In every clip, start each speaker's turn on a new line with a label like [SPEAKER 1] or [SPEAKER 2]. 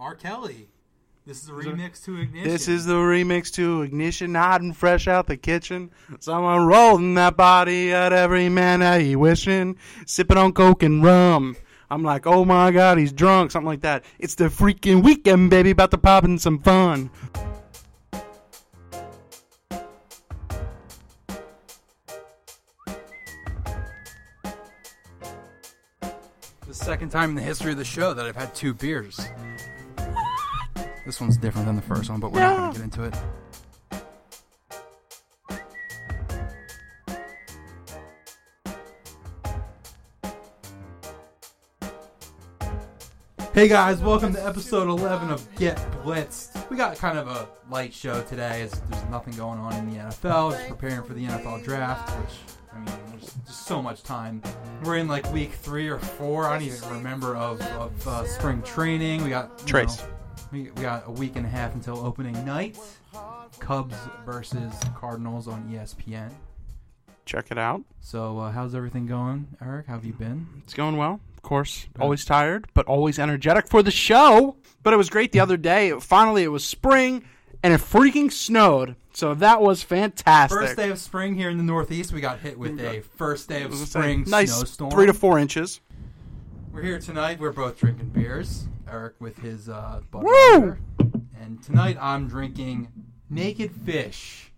[SPEAKER 1] R. Kelly. This is a
[SPEAKER 2] it-
[SPEAKER 1] remix to Ignition.
[SPEAKER 2] This is the remix to Ignition, hot and fresh out the kitchen. Someone rolling that body at every man that he wishing, sipping on coke and rum. I'm like, oh my god, he's drunk, something like that. It's the freaking weekend, baby, about to pop in some fun.
[SPEAKER 3] The second time in the history of the show that I've had two beers. This one's different than the first one, but we're not going to get into it.
[SPEAKER 1] Hey guys, welcome to episode 11 of Get Blitzed.
[SPEAKER 3] We got kind of a light show today. As there's nothing going on in the NFL. Just preparing for the NFL draft, which I mean, there's just so much time. We're in like week three or four. I don't even remember of, of uh, spring training. We got you
[SPEAKER 2] Trace.
[SPEAKER 3] know, we, we got a week and a half until opening night. Cubs versus Cardinals on E ESPN.
[SPEAKER 2] Check it out.
[SPEAKER 3] So uh, how's everything going, Eric? How have you been?
[SPEAKER 2] It's going well. Of course, always tired, but always energetic for the show. But it was great the other day. Finally, it was spring, and it freaking snowed. So that was fantastic.
[SPEAKER 3] First day of spring here in the Northeast, we got hit with a first day of spring
[SPEAKER 2] nice
[SPEAKER 3] snowstorm.
[SPEAKER 2] three to four inches.
[SPEAKER 3] We're here tonight. We're both drinking beers. Eric with his uh,
[SPEAKER 2] Woo!
[SPEAKER 3] Budweiser, and tonight I'm drinking Naked Fish.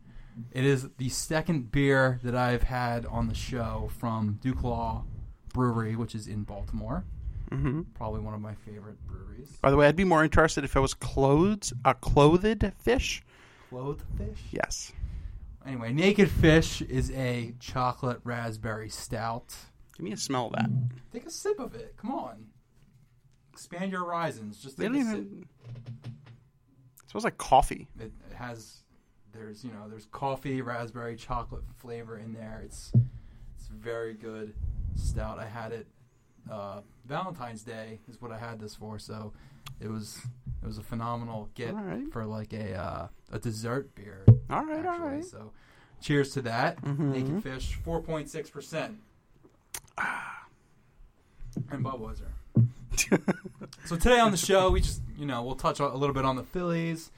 [SPEAKER 3] It is the second beer that I've had on the show from Duke Law Brewery, which is in Baltimore.
[SPEAKER 2] Mm-hmm.
[SPEAKER 3] Probably one of my favorite breweries.
[SPEAKER 2] By the way, I'd be more interested if it was clothes, a clothed fish.
[SPEAKER 3] Clothed Fish.
[SPEAKER 2] Yes.
[SPEAKER 3] Anyway, Naked Fish is a chocolate raspberry stout.
[SPEAKER 2] Give me a smell of that.
[SPEAKER 3] Take a sip of it. Come on. Expand your horizons. Just
[SPEAKER 2] They
[SPEAKER 3] take
[SPEAKER 2] don't
[SPEAKER 3] a
[SPEAKER 2] even. It smells like coffee.
[SPEAKER 3] sip. It, it has there's you know there's coffee, raspberry, chocolate flavor in there. It's it's very good stout. I had it uh, Valentine's Day is what I had this for, so it was it was a phenomenal get
[SPEAKER 2] All right.
[SPEAKER 3] for like a uh, a dessert beer.
[SPEAKER 2] All right, all
[SPEAKER 3] actually.
[SPEAKER 2] right.
[SPEAKER 3] So cheers to that.
[SPEAKER 2] Mhm.
[SPEAKER 3] Naked Fish, four point six percent.
[SPEAKER 2] Ah.
[SPEAKER 3] And Budweiser. So today on the show, we just you know we'll touch a a little bit on the Phillies.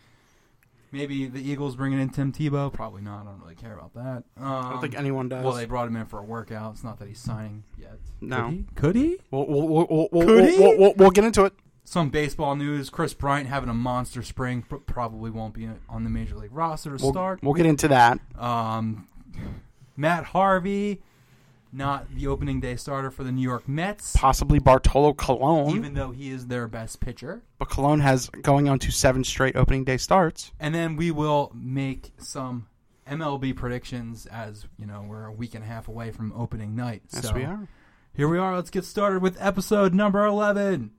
[SPEAKER 3] Maybe the Eagles bringing in Tim Tebow. Probably not. I don't really care about that. Um,
[SPEAKER 2] I don't think anyone does.
[SPEAKER 3] Well, they brought him in for a workout. It's not that he's signing yet.
[SPEAKER 2] No.
[SPEAKER 3] Could he? Could he?
[SPEAKER 2] We'll, we'll, we'll, we'll, we'll,
[SPEAKER 3] Could
[SPEAKER 2] we'll,
[SPEAKER 3] he?
[SPEAKER 2] we'll, we'll get into it.
[SPEAKER 3] Some baseball news: Chris Bryant having a monster spring. Pr- probably won't be on the major league roster to
[SPEAKER 2] We'll,
[SPEAKER 3] start.
[SPEAKER 2] we'll get into that.
[SPEAKER 3] Um, Matt Harvey, not the opening day starter for the New York Mets,
[SPEAKER 2] Possibly Bartolo Colon.
[SPEAKER 3] even though he is their best pitcher.
[SPEAKER 2] but Colon has going on to seven straight opening day starts.
[SPEAKER 3] And then we will make some MLB predictions as, you know, we're a week and a half away from opening night.
[SPEAKER 2] Yes,
[SPEAKER 3] so
[SPEAKER 2] we are.
[SPEAKER 3] here we are. Let's get started with episode number 11.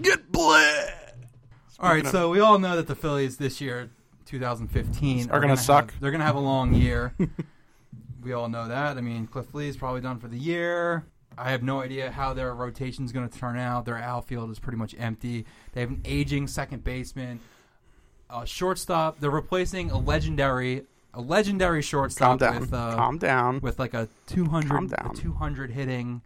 [SPEAKER 2] Get bleh!
[SPEAKER 3] All right,
[SPEAKER 2] of-
[SPEAKER 3] so we all know that the Phillies this year, 2015,
[SPEAKER 2] Are gonna
[SPEAKER 3] gonna
[SPEAKER 2] suck.
[SPEAKER 3] have- they're going to have a long year. we all know that. I mean, Cliff Lee is probably done for the year. I have no idea how their rotation's going to turn out. Their outfield is pretty much empty. They have an aging second baseman, a shortstop. They're replacing a legendary, a legendary
[SPEAKER 2] Calm
[SPEAKER 3] shortstop
[SPEAKER 2] down.
[SPEAKER 3] with uh,
[SPEAKER 2] Calm down.
[SPEAKER 3] with like a 200,
[SPEAKER 2] Calm
[SPEAKER 3] a
[SPEAKER 2] down.
[SPEAKER 3] 200 hitting.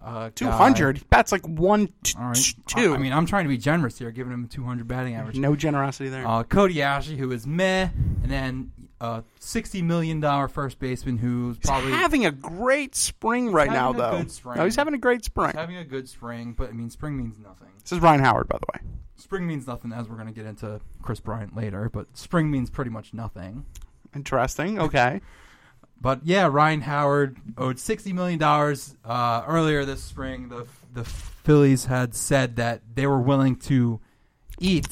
[SPEAKER 3] Uh, guy.
[SPEAKER 2] 200? That's like one, t-
[SPEAKER 3] All right.
[SPEAKER 2] t- two.
[SPEAKER 3] I, I mean, I'm trying to be generous here, giving him a 200 batting average.
[SPEAKER 2] no generosity there.
[SPEAKER 3] Uh, Cody Ashley, who is meh, and then uh, sixty million dollar first baseman who's probably
[SPEAKER 2] he's having a great spring right now,
[SPEAKER 3] having a
[SPEAKER 2] though.
[SPEAKER 3] good spring.
[SPEAKER 2] No, he's having a great spring.
[SPEAKER 3] having a good spring. But I mean, spring means nothing.
[SPEAKER 2] This is Ryan Howard, by the way.
[SPEAKER 3] Spring means nothing, as we're going to get into Chris Bryant later. But spring means pretty much nothing.
[SPEAKER 2] Interesting. Okay.
[SPEAKER 3] But yeah, Ryan Howard owed sixty million dollars uh, earlier this spring. The the Phillies had said that they were willing to eat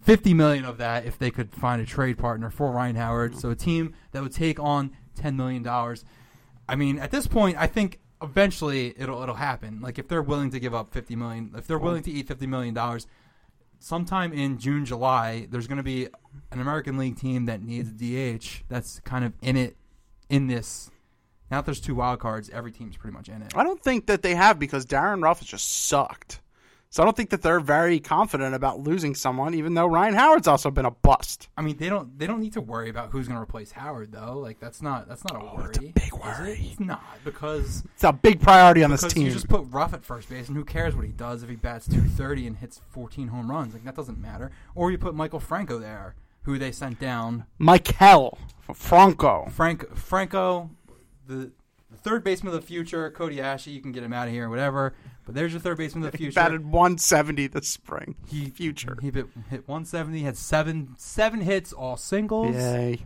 [SPEAKER 3] fifty million of that if they could find a trade partner for Ryan Howard. So a team that would take on ten million dollars. I mean, at this point, I think eventually it'll it'll happen. Like if they're willing to give up fifty million, if they're willing to eat fifty million dollars, sometime in June, July, there's going to be an American League team that needs a DH that's kind of in it in this. Now that there's two wild cards, every team's pretty much in it.
[SPEAKER 2] I don't think that they have because Darren Ruff has just sucked. So I don't think that they're very confident about losing someone, even though Ryan Howard's also been a bust.
[SPEAKER 3] I mean, they don't they don't need to worry about who's going to replace Howard though. Like that's not that's not a worry.
[SPEAKER 2] it's Oh, a big
[SPEAKER 3] is it?
[SPEAKER 2] worry.
[SPEAKER 3] It's not because
[SPEAKER 2] It's a big priority on this
[SPEAKER 3] because
[SPEAKER 2] team.
[SPEAKER 3] you just put Ruff at first base, and who cares what he does if he bats 230 and hits 14 home runs? Like that doesn't matter. Or you put Michael Franco there, who they sent down.
[SPEAKER 2] Michael Franco.
[SPEAKER 3] Frank Franco, the, the third baseman of the future, Cody Ashley. You can get him out of here, whatever. But there's your third baseman of the
[SPEAKER 2] He
[SPEAKER 3] future.
[SPEAKER 2] batted 170 this spring.
[SPEAKER 3] He-
[SPEAKER 2] future.
[SPEAKER 3] He bit, hit 170, had seven seven hits, all singles.
[SPEAKER 2] Yay.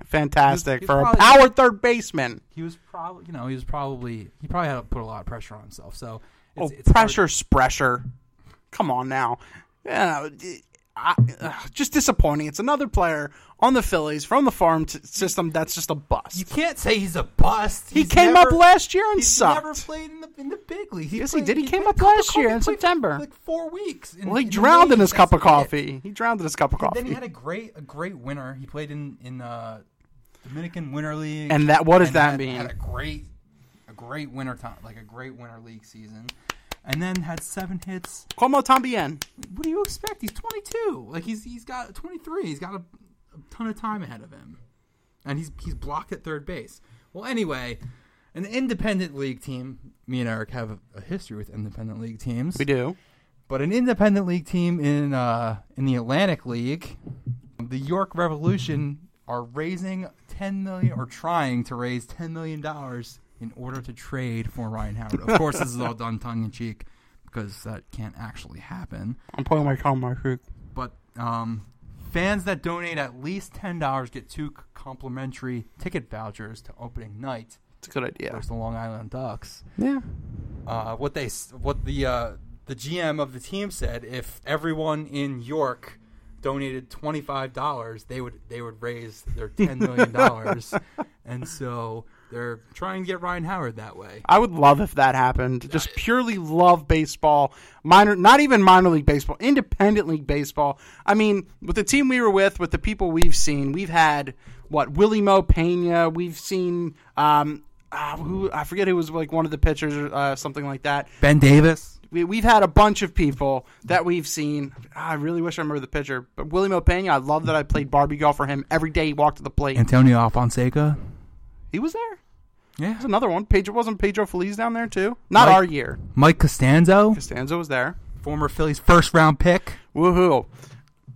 [SPEAKER 3] He's-
[SPEAKER 2] Fantastic.
[SPEAKER 3] he's
[SPEAKER 2] For a
[SPEAKER 3] probably-
[SPEAKER 2] power third baseman.
[SPEAKER 3] He was probably, you know, he was probably he probably had to put a lot of pressure on himself. So
[SPEAKER 2] Oh,
[SPEAKER 3] it's, it's hard-
[SPEAKER 2] pressure, spresher. Come on now. Yeah, I, ugh, just disappointing. It's another player on the Phillies from the farm t- system that's just a bust.
[SPEAKER 3] You can't say he's a bust.
[SPEAKER 2] he
[SPEAKER 3] He's
[SPEAKER 2] came
[SPEAKER 3] never-
[SPEAKER 2] up last year and
[SPEAKER 3] He's
[SPEAKER 2] sucked.
[SPEAKER 3] never played in the in the big league.
[SPEAKER 2] Yes, he
[SPEAKER 3] played,
[SPEAKER 2] did. He came
[SPEAKER 3] played
[SPEAKER 2] up
[SPEAKER 3] a couple-
[SPEAKER 2] last year
[SPEAKER 3] he
[SPEAKER 2] in
[SPEAKER 3] played for
[SPEAKER 2] September.
[SPEAKER 3] Like four weeks. in-
[SPEAKER 2] well, he
[SPEAKER 3] in the
[SPEAKER 2] drowned in
[SPEAKER 3] league.
[SPEAKER 2] his cup of
[SPEAKER 3] That's it.
[SPEAKER 2] coffee. He drowned in his cup of coffee.
[SPEAKER 3] Then he had a great a great winter. He played in in uh, Dominican Winter League.
[SPEAKER 2] And that- what does
[SPEAKER 3] and
[SPEAKER 2] that
[SPEAKER 3] had-
[SPEAKER 2] mean?
[SPEAKER 3] Had a great a great winter time, like a great winter league season. And then had seven hits.
[SPEAKER 2] Como tambien.
[SPEAKER 3] What do you expect? He's 22. Like he's he's got 23. He's got a, a ton of time ahead of him, and he's he's blocked at third base. Well, anyway, an independent league team. Me and Eric have a, a history with independent league teams.
[SPEAKER 2] We do.
[SPEAKER 3] But an independent league team in uh, in the Atlantic League, the York Revolution are raising ten million or trying to raise ten million dollars in order to trade for Ryan Howard. Of course, this is all done tongue in cheek because that can't actually happen.
[SPEAKER 2] I'm playing my car, my hook.
[SPEAKER 3] But um, fans that donate at least ten dollars get two c- complimentary ticket vouchers to opening night.
[SPEAKER 2] It's a good idea.
[SPEAKER 3] There's the Long Island Ducks
[SPEAKER 2] Yeah.
[SPEAKER 3] uh, what they s- what the uh, the GM of the team said if everyone in York donated twenty five dollars, they would they would raise their ten million dollars, and so they're trying to get Ryan Howard that way.
[SPEAKER 2] I would love if that happened. Just purely love baseball, minor, not even minor league baseball, independent league baseball. I mean, with the team we were with, with the people we've seen, we've had what Willie Mo Pena. We've seen um, uh, who I forget who was like one of the pitchers or uh, something like that.
[SPEAKER 3] Ben Davis,
[SPEAKER 2] We, we've had a bunch of people that we've seen. Ah, I really wish I remember the pitcher, but Willie Mo Pena. I love that I played Barbie golf for him every day. He walked to the plate.
[SPEAKER 3] Antonio Alfonseca,
[SPEAKER 2] he was there.
[SPEAKER 3] yeah,
[SPEAKER 2] There's another one. Pedro wasn't Pedro Feliz down there too. Not
[SPEAKER 3] Mike-
[SPEAKER 2] our year.
[SPEAKER 3] Mike Costanzo,
[SPEAKER 2] Costanzo was there.
[SPEAKER 3] former Phillies first round pick.
[SPEAKER 2] Woohoo!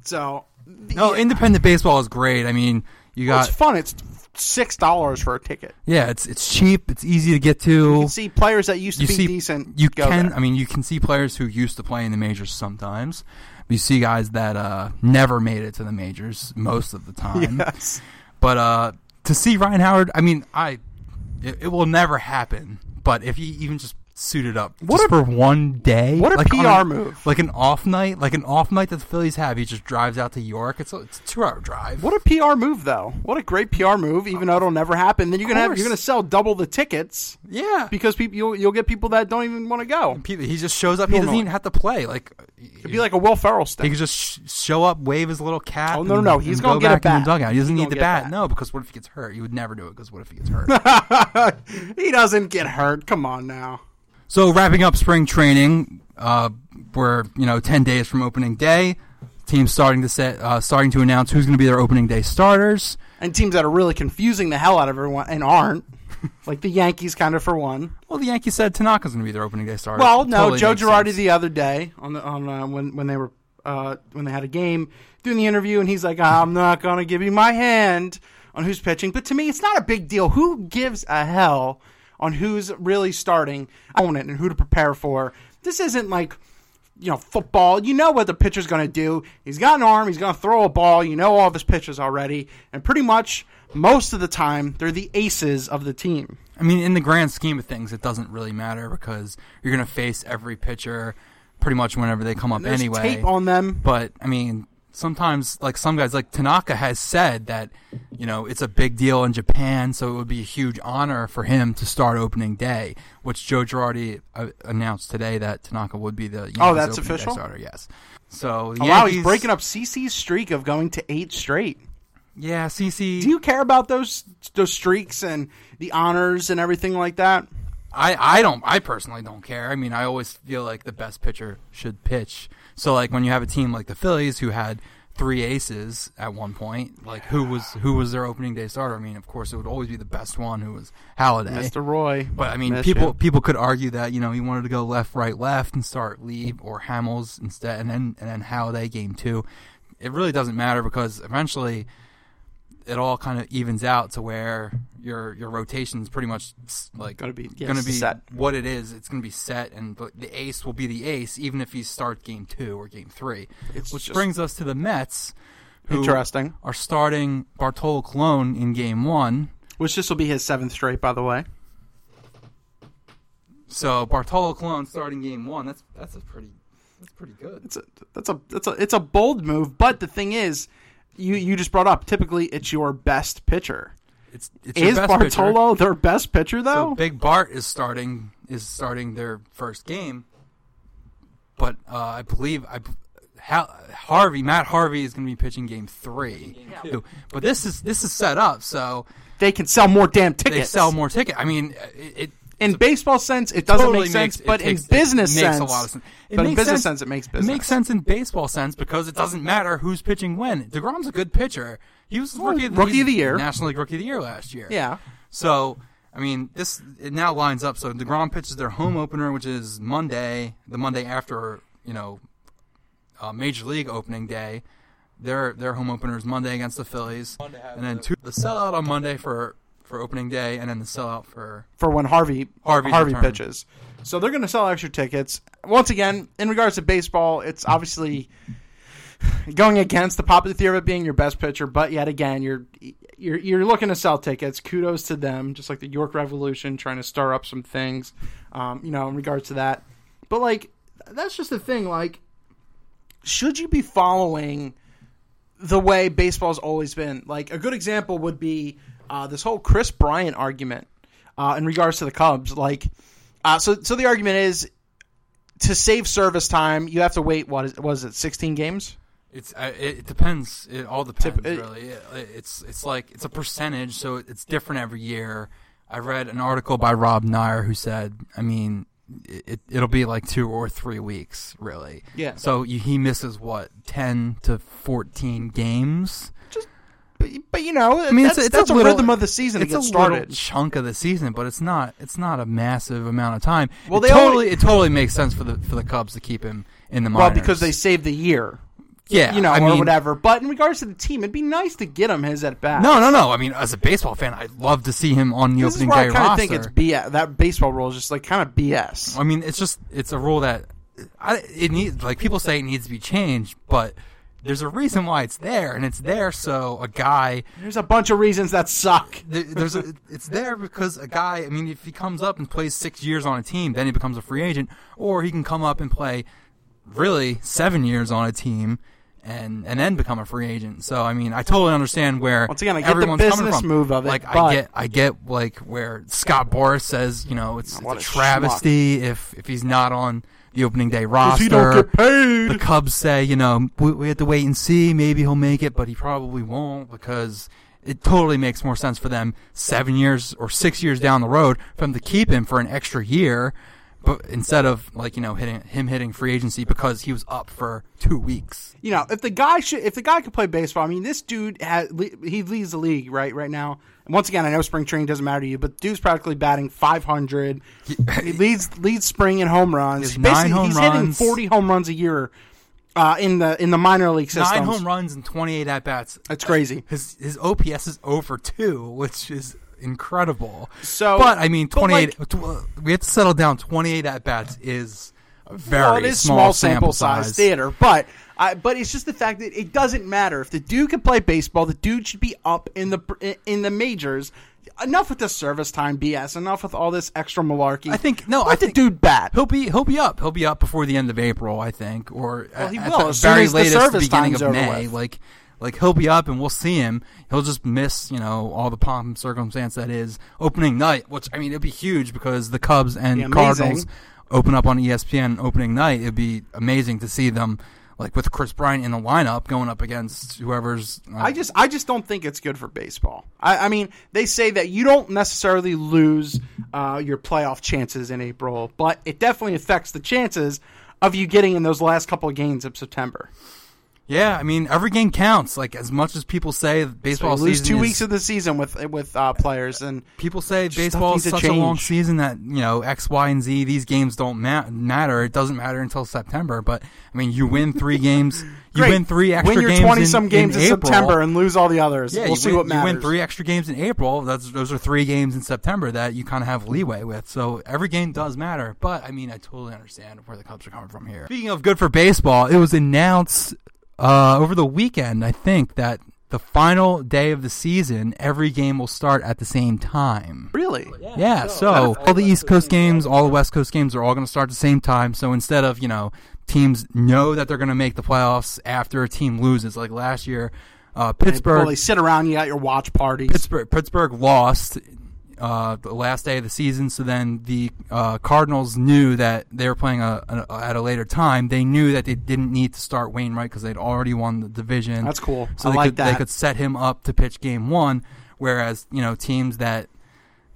[SPEAKER 2] So the-
[SPEAKER 3] No, independent baseball is great. I mean, you
[SPEAKER 2] well, it's
[SPEAKER 3] got
[SPEAKER 2] fun. It's six dollars for a ticket.
[SPEAKER 3] yeah, it's it's cheap, it's easy to get to.
[SPEAKER 2] You see players that used to
[SPEAKER 3] you
[SPEAKER 2] be
[SPEAKER 3] see,
[SPEAKER 2] decent.
[SPEAKER 3] You
[SPEAKER 2] go
[SPEAKER 3] can.
[SPEAKER 2] there.
[SPEAKER 3] I mean, you can see players who used to play in the majors sometimes. You see guys that uh, never made it to the majors most of the time.
[SPEAKER 2] Yes.
[SPEAKER 3] But uh, to see Ryan Howard, I mean, I it, it will never happen. But if he even just suited up
[SPEAKER 2] What
[SPEAKER 3] just
[SPEAKER 2] a-
[SPEAKER 3] for one day,
[SPEAKER 2] what a
[SPEAKER 3] like on
[SPEAKER 2] PR move.
[SPEAKER 3] like an off night, like an off night that the Phillies have. He just drives out to York. It's a, it's a two hour drive.
[SPEAKER 2] What a PR move, though. What a great PR move. Even though it'll never happen, then you're gonna have,
[SPEAKER 3] course.
[SPEAKER 2] you're gonna sell double the tickets
[SPEAKER 3] yeah.
[SPEAKER 2] because people you'll, you'll get people that don't even want to go.
[SPEAKER 3] People- He just shows up. He doesn't
[SPEAKER 2] Normally.
[SPEAKER 3] even have to play. Like
[SPEAKER 2] It'd be like a Will Ferrell
[SPEAKER 3] He
[SPEAKER 2] thing.
[SPEAKER 3] could just sh- show up, wave his little cap.
[SPEAKER 2] Oh, no,
[SPEAKER 3] and-
[SPEAKER 2] no, no. He's
[SPEAKER 3] and
[SPEAKER 2] gonna
[SPEAKER 3] go
[SPEAKER 2] get a
[SPEAKER 3] back in the
[SPEAKER 2] bat.
[SPEAKER 3] dugout. He doesn't
[SPEAKER 2] He's
[SPEAKER 3] need the
[SPEAKER 2] gonna get
[SPEAKER 3] bat.
[SPEAKER 2] a bat.
[SPEAKER 3] No, because what if he gets hurt? He would never do it. Because what if he gets hurt?
[SPEAKER 2] he doesn't get hurt. Come on now.
[SPEAKER 3] so wrapping up spring training, uh, we're you know ten days from opening day. Teams starting to set, uh, starting to announce who's going to be their opening day starters.
[SPEAKER 2] And teams that are really confusing the hell out of everyone and aren't, like the Yankees, kind of for one.
[SPEAKER 3] Well, the Yankees said Tanaka's going to be their opening day starter.
[SPEAKER 2] Well, no,
[SPEAKER 3] Totally
[SPEAKER 2] Joe
[SPEAKER 3] makes
[SPEAKER 2] Girardi
[SPEAKER 3] sense.
[SPEAKER 2] the other day on the on uh, when when they were uh, when they had a game doing the interview, and he's like, "I'm not gonna give you my hand on who's pitching," but to me, it's not a big deal. Who gives a hell on who's really starting? I want it and who to prepare for. This isn't like. You know, football, you know what the pitcher's going to do. He's got an arm. He's going to throw a ball. You know all of his pitches already. And pretty much most of the time, they're the aces of the team.
[SPEAKER 3] I mean, in the grand scheme of things, it doesn't really matter because you're going to face every pitcher pretty much whenever they come up
[SPEAKER 2] There's
[SPEAKER 3] anyway.
[SPEAKER 2] tape on them.
[SPEAKER 3] But I mean, sometimes like some guys, like Tanaka has said that you know it's a big deal in Japan, so it would be a huge honor for him to start opening day, which Joe Girardi uh, announced today that Tanaka would be the Yankees
[SPEAKER 2] Oh, that's
[SPEAKER 3] opening day
[SPEAKER 2] official?
[SPEAKER 3] starter. Yes. So the
[SPEAKER 2] Oh, wow,
[SPEAKER 3] Yankees,
[SPEAKER 2] he's breaking up CC's streak of going to eight straight.
[SPEAKER 3] Yeah, CC.
[SPEAKER 2] Do you care about those those streaks and the honors and everything like that?
[SPEAKER 3] I I don't. I personally don't care. I mean, I always feel like the best pitcher should pitch. So like when you have a team like the Phillies who had three aces at one point, like who was who was their opening day starter? I mean, of course it would always be the best one who was Halliday.
[SPEAKER 2] Mr. Roy.
[SPEAKER 3] But I mean,
[SPEAKER 2] Miss
[SPEAKER 3] people
[SPEAKER 2] you.
[SPEAKER 3] people could argue that you know he wanted to go left, right, left, and start Lieb or Hamels instead, and then and then Halliday game two. It really doesn't matter because eventually it all kind of evens out to where your your rotation is pretty much s- like
[SPEAKER 2] Gonna be- yes,
[SPEAKER 3] gonna be
[SPEAKER 2] set.
[SPEAKER 3] what it is. It's gonna be set, and but the ace will be the ace, even if you start game two or game three.
[SPEAKER 2] It's
[SPEAKER 3] which
[SPEAKER 2] just-
[SPEAKER 3] brings us to the Mets, who
[SPEAKER 2] Interesting.
[SPEAKER 3] are starting Bartolo Colon in game one.
[SPEAKER 2] Which this will be his seventh straight, by the way.
[SPEAKER 3] So Bartolo Colon starting game one. That's that's a pretty that's pretty good.
[SPEAKER 2] It's a that's a that's a it's a bold move, but the thing is, you you just brought up. Typically, it's your best pitcher.
[SPEAKER 3] It's, it's your
[SPEAKER 2] Is
[SPEAKER 3] best pitcher.
[SPEAKER 2] Bartolo their best pitcher
[SPEAKER 3] So
[SPEAKER 2] though?
[SPEAKER 3] Big Bart is starting is starting their first game, but uh, I believe I Hal, Harvey Matt Harvey is going to be pitching game three. Two. But this is this is set up so
[SPEAKER 2] they can sell more damn
[SPEAKER 3] they
[SPEAKER 2] tickets.
[SPEAKER 3] sell more ticket. I mean, it, it
[SPEAKER 2] in baseball sense, it doesn't
[SPEAKER 3] totally
[SPEAKER 2] make sense,
[SPEAKER 3] makes- it
[SPEAKER 2] but
[SPEAKER 3] takes-
[SPEAKER 2] in business
[SPEAKER 3] it makes
[SPEAKER 2] sense,
[SPEAKER 3] a lot of sense. It
[SPEAKER 2] but in
[SPEAKER 3] makes
[SPEAKER 2] business sense, it makes business.
[SPEAKER 3] It makes sense in baseball sense because it doesn't matter who's pitching when. Degrom's a good pitcher. He was rookie, of the-
[SPEAKER 2] Rookie of the Year.
[SPEAKER 3] National League Rookie of the Year last year.
[SPEAKER 2] Yeah.
[SPEAKER 3] So I mean, this it now lines up. So Degrom pitches their home opener, which is Monday, the Monday after you know uh, Major League opening day. Their their home opener is Monday against the Phillies, and then two, the sellout on Monday for for opening day, and then the sellout for
[SPEAKER 2] for when Harvey Harvey,
[SPEAKER 3] Harvey's return.
[SPEAKER 2] pitches. So they're going to sell extra tickets. Once again, in regards to baseball, it's obviously going against the popular theory of it being your best pitcher, but yet again, you're you're you're looking to sell tickets. Kudos to them, just like the York Revolution trying to stir up some things, um, you know, in regards to that. But like that's just the thing like should you be following the way baseball's always been. Like a good example would be uh, this whole Chris Bryant argument uh, in regards to the Cubs. Like, uh, so so the argument is to save service time, you have to wait. What is was it? Sixteen games.
[SPEAKER 3] It's uh, it, it depends. It all depends
[SPEAKER 2] it-
[SPEAKER 3] really. It- it's it's like it's a percentage, so it's different every year. I read an article by Rob Nair who said, I mean, it it'll be like two or three weeks really.
[SPEAKER 2] Yeah.
[SPEAKER 3] So you, he misses what ten to fourteen games.
[SPEAKER 2] But, but you know,
[SPEAKER 3] I mean,
[SPEAKER 2] that's,
[SPEAKER 3] it's, a- it's
[SPEAKER 2] that's
[SPEAKER 3] a
[SPEAKER 2] a,
[SPEAKER 3] little,
[SPEAKER 2] rhythm of the season to
[SPEAKER 3] It's
[SPEAKER 2] get
[SPEAKER 3] a
[SPEAKER 2] started.
[SPEAKER 3] little chunk of the season, but it's not. It's not a massive amount of time. Well,
[SPEAKER 2] Well, they
[SPEAKER 3] it
[SPEAKER 2] only-
[SPEAKER 3] totally it totally makes sense for the for the Cubs to keep him in the
[SPEAKER 2] well,
[SPEAKER 3] minors.
[SPEAKER 2] because they saved the year,
[SPEAKER 3] yeah,
[SPEAKER 2] you know,
[SPEAKER 3] I
[SPEAKER 2] or
[SPEAKER 3] mean,
[SPEAKER 2] whatever. But in regards to the team, it'd be nice to get him his at bat.
[SPEAKER 3] No, no, no. I mean, as a baseball fan, I'd love to see him on the
[SPEAKER 2] this is
[SPEAKER 3] opening
[SPEAKER 2] where I
[SPEAKER 3] day
[SPEAKER 2] kind of
[SPEAKER 3] roster.
[SPEAKER 2] think it's BS. That baseball rule is just like kind of BS.
[SPEAKER 3] I mean, it's just it's a rule that I, it needs. Like people say, it needs to be changed, but there's a reason why it's there, and it's there so a guy.
[SPEAKER 2] There's a bunch of reasons that suck.
[SPEAKER 3] there- There's a, it's there because a guy. I mean, if he comes up and plays six years on a team, then he becomes a free agent, or he can come up and play really seven years on a team. And, and then become a free agent. So I mean, I totally understand where
[SPEAKER 2] Once again, I get the
[SPEAKER 3] everyone's coming
[SPEAKER 2] business
[SPEAKER 3] from.
[SPEAKER 2] move of it,
[SPEAKER 3] Like
[SPEAKER 2] but-
[SPEAKER 3] I get I get like where Scott Boris says, you know, it's,
[SPEAKER 2] What
[SPEAKER 3] it's a
[SPEAKER 2] a schmuck.
[SPEAKER 3] travesty if if he's not on the opening day roster.
[SPEAKER 2] paid.
[SPEAKER 3] The Cubs say, you know, we, we have to wait and see. Maybe he'll make it, but he probably won't because it totally makes more sense for them seven years or six years down the road for them to keep him for an extra year, but instead of like you know hitting him hitting free agency because he was up for two weeks.
[SPEAKER 2] you know, if the guy should, if the guy could play baseball, I mean, this dude has, le- he leads the league right right now. And once again, I know spring training doesn't matter to you, but the dude's practically batting 500. he leads leads spring in home runs.
[SPEAKER 3] has
[SPEAKER 2] Basically,
[SPEAKER 3] nine home
[SPEAKER 2] he's hitting
[SPEAKER 3] runs.
[SPEAKER 2] 40 home runs a year uh, in the in the minor league system.
[SPEAKER 3] Nine home runs and twenty eight at bats.
[SPEAKER 2] That's crazy.
[SPEAKER 3] His his OPS is over two, which is incredible.
[SPEAKER 2] So-
[SPEAKER 3] but I mean,
[SPEAKER 2] but,
[SPEAKER 3] twenty eight. we have to settle down. Twenty eight at bats is a very
[SPEAKER 2] Well, it is
[SPEAKER 3] small, sample, size.
[SPEAKER 2] theater, but I, but it's just the fact that it doesn't matter if the dude can play baseball. The dude should be up in the in the majors. Enough with the service time BS. Enough with all this extra malarkey.
[SPEAKER 3] I think- no,
[SPEAKER 2] Let
[SPEAKER 3] I
[SPEAKER 2] the
[SPEAKER 3] think-
[SPEAKER 2] dude bat.
[SPEAKER 3] He'll be he'll be up. He'll be up before the end of April, I think, or
[SPEAKER 2] Well, he
[SPEAKER 3] at
[SPEAKER 2] will,
[SPEAKER 3] the
[SPEAKER 2] as soon
[SPEAKER 3] very
[SPEAKER 2] as the
[SPEAKER 3] latest
[SPEAKER 2] service
[SPEAKER 3] beginning
[SPEAKER 2] time's
[SPEAKER 3] of
[SPEAKER 2] over
[SPEAKER 3] May.
[SPEAKER 2] with.
[SPEAKER 3] Like like he'll be up and we'll see him. He'll just miss you know all the pomp and circumstance that is opening night, which I mean it'd be huge because the Cubs and
[SPEAKER 2] Be amazing.
[SPEAKER 3] Cardinals open up on E ESPN opening night. It'd be amazing to see them like with Chris Bryant in the lineup going up against whoever's. uh,
[SPEAKER 2] I just I just don't think it's good for baseball. I, I mean, they say that you don't necessarily lose uh, your playoff chances in April, but it definitely affects the chances of you getting in those last couple of games of September.
[SPEAKER 3] Yeah, I mean every game counts. Like as much as people say
[SPEAKER 2] So you
[SPEAKER 3] baseball
[SPEAKER 2] lose
[SPEAKER 3] season
[SPEAKER 2] two
[SPEAKER 3] is-
[SPEAKER 2] weeks of the season with with uh, players, and
[SPEAKER 3] people say
[SPEAKER 2] stuff
[SPEAKER 3] baseball
[SPEAKER 2] needs
[SPEAKER 3] is
[SPEAKER 2] to
[SPEAKER 3] such a long
[SPEAKER 2] change.
[SPEAKER 3] season that you know X, Y, and Z. These games don't ma- matter. It doesn't matter until September. But I mean, you win three games. You
[SPEAKER 2] Great.
[SPEAKER 3] win three extra
[SPEAKER 2] win your
[SPEAKER 3] games
[SPEAKER 2] twenty
[SPEAKER 3] in-
[SPEAKER 2] some games in,
[SPEAKER 3] April.
[SPEAKER 2] September and lose all the others.
[SPEAKER 3] Yeah,
[SPEAKER 2] we'll
[SPEAKER 3] you
[SPEAKER 2] see
[SPEAKER 3] win,
[SPEAKER 2] what matters.
[SPEAKER 3] You win three extra games in April. That's those are three games in September that you kind of have leeway with. So every game does matter. But I mean, I totally understand where the Cubs are coming from here. Speaking of good for baseball, it was announced uh, over the weekend, I think, that the final day of the season, every game will start at the same time.
[SPEAKER 2] Really?
[SPEAKER 3] Yeah, so all the East Coast games, all the West Coast games are all going to start at the same time. So instead of, you know, teams know that they're going to make the playoffs after a team loses, like last year, uh,
[SPEAKER 2] Well,
[SPEAKER 3] Pittsburgh
[SPEAKER 2] they sit around. You got your watch parties.
[SPEAKER 3] Pittsburgh Pittsburgh lost uh, the last day of the season, so then the uh, Cardinals knew that they were playing a, a, at a later time. They knew that they didn't need to start Wainwright because they'd already won the division.
[SPEAKER 2] That's cool.
[SPEAKER 3] So
[SPEAKER 2] I
[SPEAKER 3] they
[SPEAKER 2] like
[SPEAKER 3] could,
[SPEAKER 2] that.
[SPEAKER 3] They could set him up to pitch game one, whereas you know teams that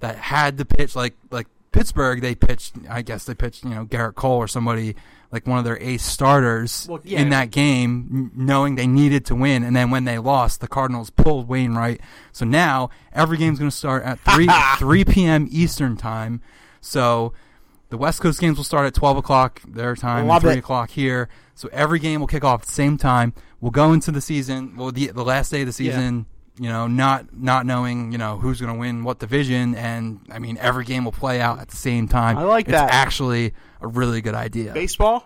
[SPEAKER 3] that had to pitch like like Pittsburgh, they pitched. I guess they pitched you know Garrett Cole or somebody like one of their ace starters
[SPEAKER 2] Well, yeah.
[SPEAKER 3] in that game, n- knowing they needed to win. And then when they lost, the Cardinals pulled Wainwright. So now every game's going to start at three three p.m. Eastern time. So the West Coast games will start at twelve o'clock their time,
[SPEAKER 2] Love
[SPEAKER 3] and three
[SPEAKER 2] it.
[SPEAKER 3] o'clock here. So every game will kick off at the same time. We'll go into the season, well, the, the last day of the season, you know, not not knowing, you know, who's going to win what division, and I mean, every game will play out at the same time.
[SPEAKER 2] I like
[SPEAKER 3] it's
[SPEAKER 2] that.
[SPEAKER 3] Actually, a really good idea.
[SPEAKER 2] baseball.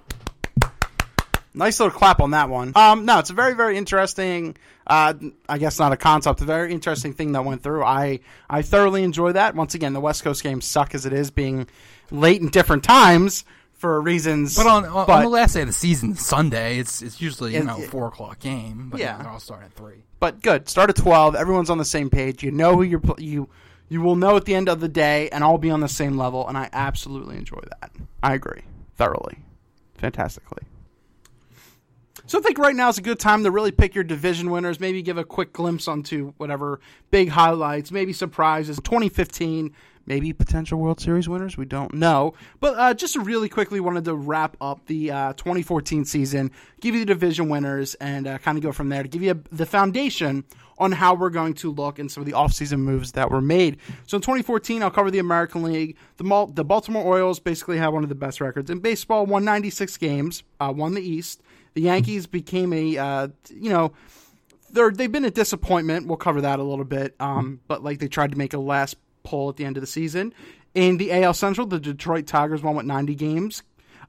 [SPEAKER 2] Nice little clap on that one. Um, no, it's a very, very interesting. Uh, I guess not a concept, a very interesting thing that went through. I I thoroughly enjoy that. Once again, the West Coast games suck as it is, being late in different times for reasons.
[SPEAKER 3] But on, on,
[SPEAKER 2] but-
[SPEAKER 3] on the last day of the season, Sunday, it's it's usually you
[SPEAKER 2] It-
[SPEAKER 3] know
[SPEAKER 2] it-
[SPEAKER 3] four o'clock game, but
[SPEAKER 2] Yeah.
[SPEAKER 3] yeah, they're all starting at three.
[SPEAKER 2] but good. Start at twelve. Everyone's on the same page. You know who you're. Pl- you you will know at the end of the day, and all be on the same level. And I absolutely enjoy that. I agree thoroughly, fantastically. So I think right now is a good time to really pick your division winners. Maybe give a quick glimpse onto whatever big highlights, maybe surprises. 2015, maybe potential World Series winners. We don't know, but uh, just really quickly wanted to wrap up the uh, 2014 season, give you the division winners, and uh, kind of go from there to give you a, the foundation on how we're going to look and some of the offseason moves that were made. So in 2014, I'll cover the American League. The, Mal- the Baltimore Orioles basically had one of the best records in baseball. Won 96 games, uh, won the East. The Yankees became a uh, you know they're they've been a disappointment. We'll cover that a little bit. Um, but like they tried to make a last pull at the end of the season. In the AL Central, the Detroit Tigers won with 90 games,